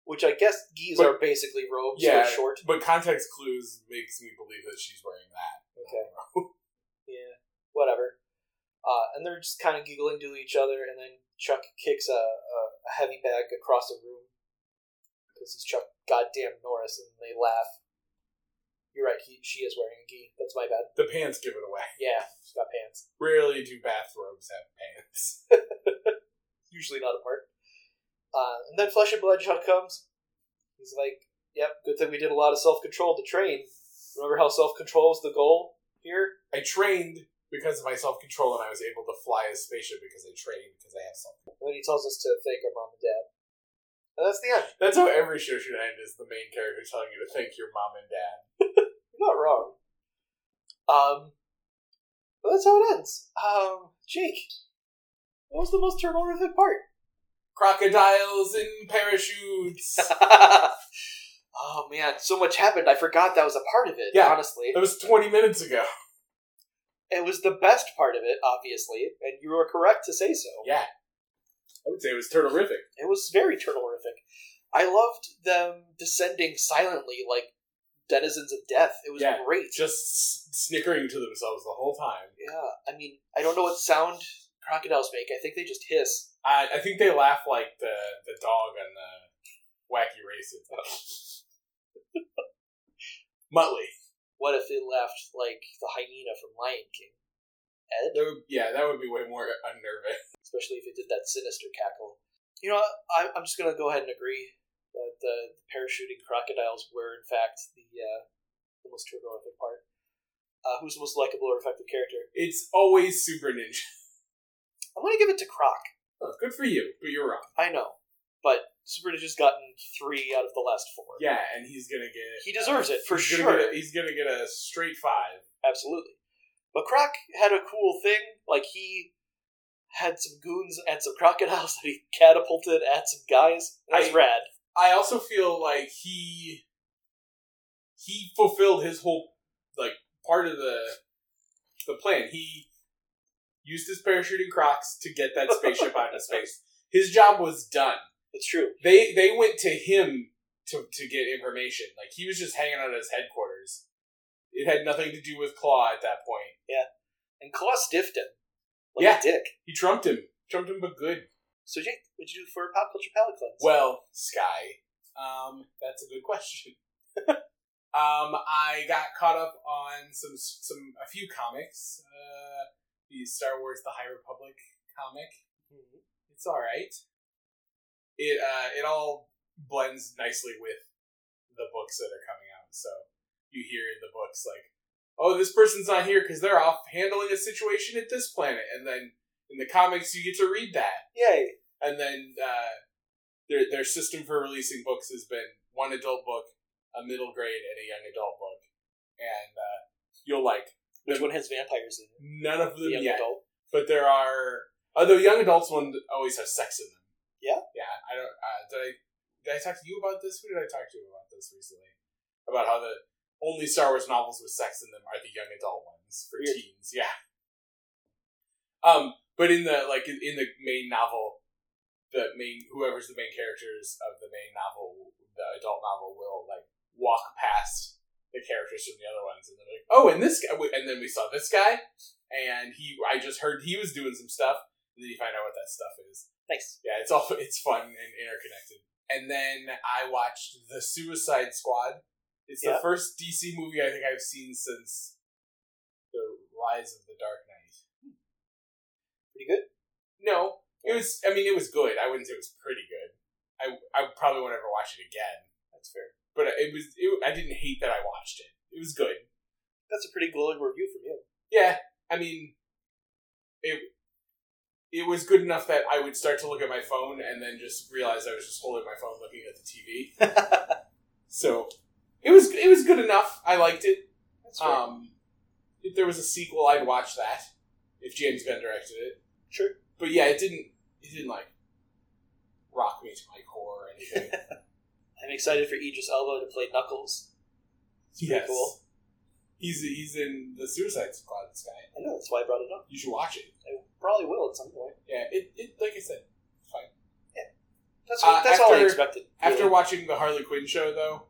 S2: Which I guess gis
S3: But-
S2: are basically robes.
S3: Yeah.
S2: Yeah, short.
S3: But context clues makes me believe that she's wearing that.
S2: Okay. Yeah, whatever. Uh, and they're just kind of giggling to each other, and then Chuck kicks a, a, a heavy bag across the room because he's Chuck Goddamn Norris, and they laugh. You're right. He she is wearing a gi. That's my bad.
S3: The pants give it away.
S2: Yeah, she's got pants.
S3: Rarely do bathrobes have pants.
S2: Usually not a part. Uh, and then Flesh and Blood Chuck comes. He's like, "Yep, good thing we did a lot of self control to train. Remember how self control is the goal here?
S3: I trained because of my self control, and I was able to fly a spaceship because I trained because I have self.
S2: And then he tells us to thank our mom and dad. And that's the end.
S3: That's how every show should end: is the main character telling you to thank your mom and dad.
S2: You're not wrong. Um, but that's how it ends. Um, Jake, what was the most terrific part?
S3: Crocodiles in parachutes.
S2: oh man, so much happened. I forgot that was a part of it.
S3: Yeah.
S2: honestly,
S3: that was twenty minutes ago.
S2: it was the best part of it, obviously, and you were correct to say so.
S3: Yeah, I would say it was turtlerific.
S2: It was very terrific. I loved them descending silently, like denizens of death. It was
S3: Yeah.
S2: great.
S3: Just s- snickering to themselves the whole time.
S2: Yeah, I mean, I don't know what sound crocodiles make. I think they just hiss.
S3: I, I think they laugh like the the dog on the wacky races. Muttley.
S2: What if they left like the hyena from Lion King? Ed,
S3: That would, yeah, that would be way more unnerving.
S2: especially if it did that sinister cackle. You know, what? I, I'm just gonna go ahead and agree that the, parachuting crocodiles were, in fact, the uh, the most terrific part. Uh, who's the most likable or effective character?
S3: It's always super ninja.
S2: I'm gonna give it to Croc.
S3: Oh, good for you, but you're wrong.
S2: I know, but Super Ninja's gotten three out of the last four.
S3: Yeah, and he's gonna get.
S2: He deserves it, for
S3: he's gonna
S2: sure.
S3: get- he's gonna get a straight five.
S2: absolutely. But Croc had a cool thing. Like he had some goons and some crocodiles that he catapulted at some guys. That's
S3: I-
S2: rad.
S3: I also feel like he he fulfilled his whole like part of the the plan. He used his parachuting crocs to get that spaceship out into space. His job was done.
S2: It's true.
S3: They they went to him to to get information. Like he was just hanging out at his headquarters. It had nothing to do with Claw at that point.
S2: And Claw stiffed him. Like
S3: Yeah.
S2: a dick.
S3: He trumped him. Trumped him but good.
S2: So Jake, what'd you do for a pop culture palate cleanse?
S3: Well, Sky, um, that's a good question. um, I got caught up on some some a few comics. Uh, the Star Wars: The High Republic comic. It's all right. It uh, it all blends nicely with the books that are coming out. So you hear in the books like, "Oh, this person's not here because they're off handling a situation at this planet," and then in the comics you get to read that
S2: Yay.
S3: and then uh, their their system for releasing books has been one adult book, a middle grade, and a young adult book, and uh, you'll like
S2: Which one has vampires in it?
S3: none of
S2: The
S3: them
S2: young
S3: yet.
S2: adult.
S3: But there are although young adults one always have sex in them.
S2: Yeah?
S3: yeah. I don't. Uh, did I did I talk to you about this? Who did I talk to about this recently? About how the only Star Wars novels with sex in them are the young adult ones for
S2: Weird.
S3: teens. Yeah. Um, but in the like in, in the main novel, the main whoever's the main characters of the main novel, the adult novel will like walk past the characters from the other ones, and they're like, "Oh, and this guy," and then we saw this guy, and he, I just heard he was doing some stuff, and then you find out what that stuff is.
S2: Nice.
S3: Yeah, it's all it's fun and interconnected. And then I watched The Suicide Squad. It's the
S2: Yeah.
S3: first DC movie I think I've seen since the Rise of the Dark Knight.
S2: Pretty good?
S3: No, it was. I mean, it was good. I wouldn't say it was pretty good. I I probably won't ever watch it again. That's fair. But it was. It, I didn't hate that I watched it. It was good.
S2: That's a pretty glowing review from you.
S3: Yeah, I mean, it it was good enough that I would start to look at my phone and then just realize I was just holding my phone looking at the TV. so it was it was good enough. I liked it.
S2: That's fair.
S3: Um, if there was a sequel, I'd watch that if James Gunn directed it.
S2: sure.
S3: But yeah, it didn't it didn't like rock me to my core or anything.
S2: I'm excited for Aegis Elba to play Knuckles. It's pretty
S3: Yes.
S2: cool.
S3: He's he's in the Suicide Squad. This guy.
S2: I know, that's why I brought it up.
S3: You should watch it.
S2: I probably will at some point.
S3: Yeah, it, it like I said, fine.
S2: That's, what,
S3: Uh,
S2: that's all I
S3: after-
S2: expected.
S3: After
S2: really.
S3: watching the Harley Quinn show, though,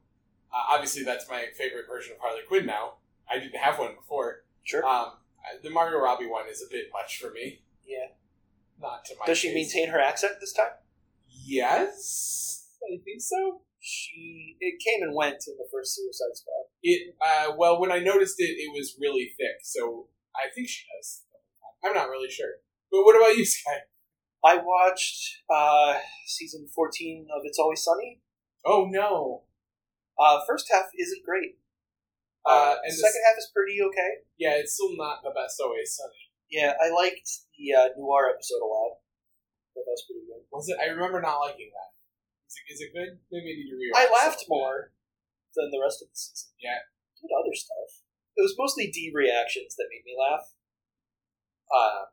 S3: uh, obviously that's my favorite version of Harley Quinn now. I didn't have one before.
S2: sure.
S3: Um, I- the Margot Robbie one is a bit much for me.
S2: yeah.
S3: Not to my.
S2: Does she
S3: taste.
S2: maintain her accent this time?
S3: Yes, I think so.
S2: She it came and went in the first Suicide Squad.
S3: It uh, well, when I noticed it, it was really thick, so I think she does. I'm not really sure. But what about you, Sky?
S2: I watched uh, season fourteen of It's Always Sunny.
S3: Oh no.
S2: Uh, first half isn't great. Uh,
S3: Uh, and
S2: second
S3: this-
S2: half is pretty okay.
S3: yeah, it's still not the best always sunny.
S2: Yeah, I liked the uh, noir episode a lot. That was pretty good.
S3: Was it? I remember not liking that. Is it, is it good? Maybe I need to rewatch.
S2: I laughed
S3: it.
S2: more than the rest of the season.
S3: Yeah.
S2: Did other stuff. It was mostly D reactions that made me laugh. Uh,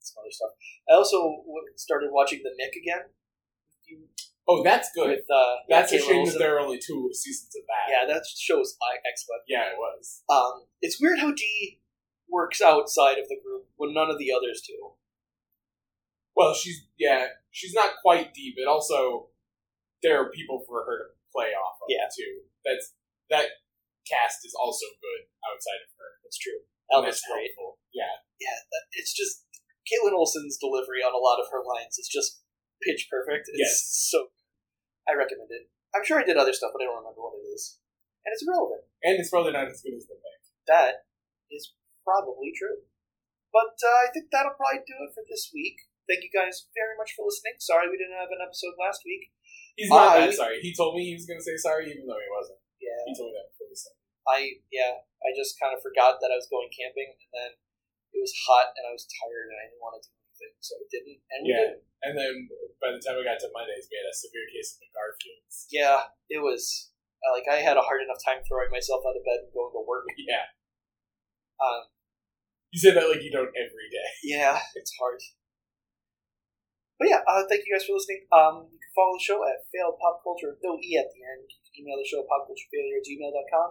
S2: some other stuff. I also w- started watching The Nick again. You-
S3: Oh, that's good.
S2: With uh,
S3: That's a
S2: Kayla
S3: shame that
S2: Olsen.
S3: there are only two seasons of that.
S2: Yeah, that show was like, excellent.
S3: Yeah, it was.
S2: Um, it's weird how D works outside of the group when none of the others do.
S3: Well, she's yeah, she's not quite deep, but also there are people for her to play off of
S2: Yeah.
S3: too. That's that cast is also good outside of her.
S2: It's true.
S3: And
S2: Elvis
S3: that's
S2: great.
S3: helpful. Yeah,
S2: Yeah, that, it's just Caitlin Olsen's delivery on a lot of her lines is just pitch perfect. It's
S3: Yes.
S2: so I recommend it. I'm sure I did other stuff, but I don't remember what it is, and it's irrelevant.
S3: and it's probably not as good as the thing.
S2: That is probably true. But uh, I think that'll probably do it for this week. Thank you guys very much for listening. Sorry we didn't have an episode last week.
S3: He's not
S2: I-
S3: that sorry. He told me he was going to say sorry, even though he wasn't.
S2: Yeah,
S3: He told me that before he said.
S2: I yeah, I just kind of forgot that I was going camping, and then it was hot, and I was tired, and I didn't want to do anything, so I didn't. And we
S3: Yeah.
S2: did.
S3: And then by the time we got to Mondays, we had a severe case of the Garfields.
S2: yeah, it was uh, like I had a hard enough time throwing myself out of bed and going to work.
S3: Yeah,
S2: Um,
S3: you say that like you don't every day.
S2: yeah, it's hard. But yeah, uh, thank you guys for listening. Um, you can follow the show at failed pop culture with no e at the end. You can email the show at popculturefailure at gmail.com.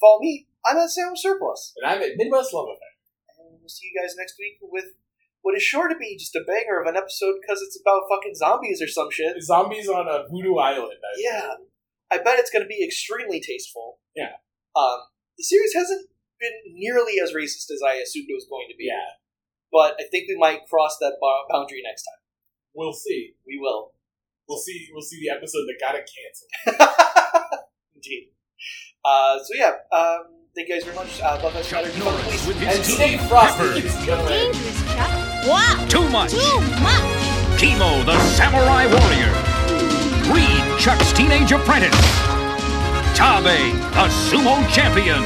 S2: Follow me. I'm at Sam Surplus.
S3: And I'm at Midwest Love Affair.
S2: And we'll see you guys next week with what is sure to be just a banger of an episode because it's about fucking zombies or some shit.
S3: Zombies on a voodoo island. I
S2: Yeah. I bet it's going to be extremely tasteful.
S3: Yeah.
S2: Um, the series hasn't been nearly as racist as I assumed it was going to be.
S3: Yeah.
S2: But I think we might cross that bo- boundary next time.
S3: We'll see.
S2: We will.
S3: We'll see. We'll see the episode that got it canceled.
S2: Indeed. Uh, so yeah, um, thank you guys very much. Uh, love us,
S1: Chuck
S2: matter,
S1: Norris with his
S3: And
S1: team.
S3: stay frosty.
S1: Pepper.
S3: ladies and gentlemen.
S4: Dangerous, Chuck. Wow!
S1: Too much.
S4: Too much!
S1: Chemo, the samurai warrior. Reed, Chuck's teenage apprentice. Tabe, the sumo champion.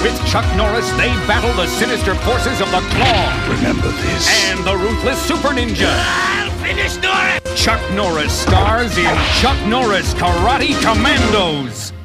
S1: With Chuck Norris, they battle the sinister forces of the Claw
S5: Remember this.
S1: and the ruthless Super Ninja. I'll finish Norris! Chuck Norris stars in Chuck Norris Karate Commandos.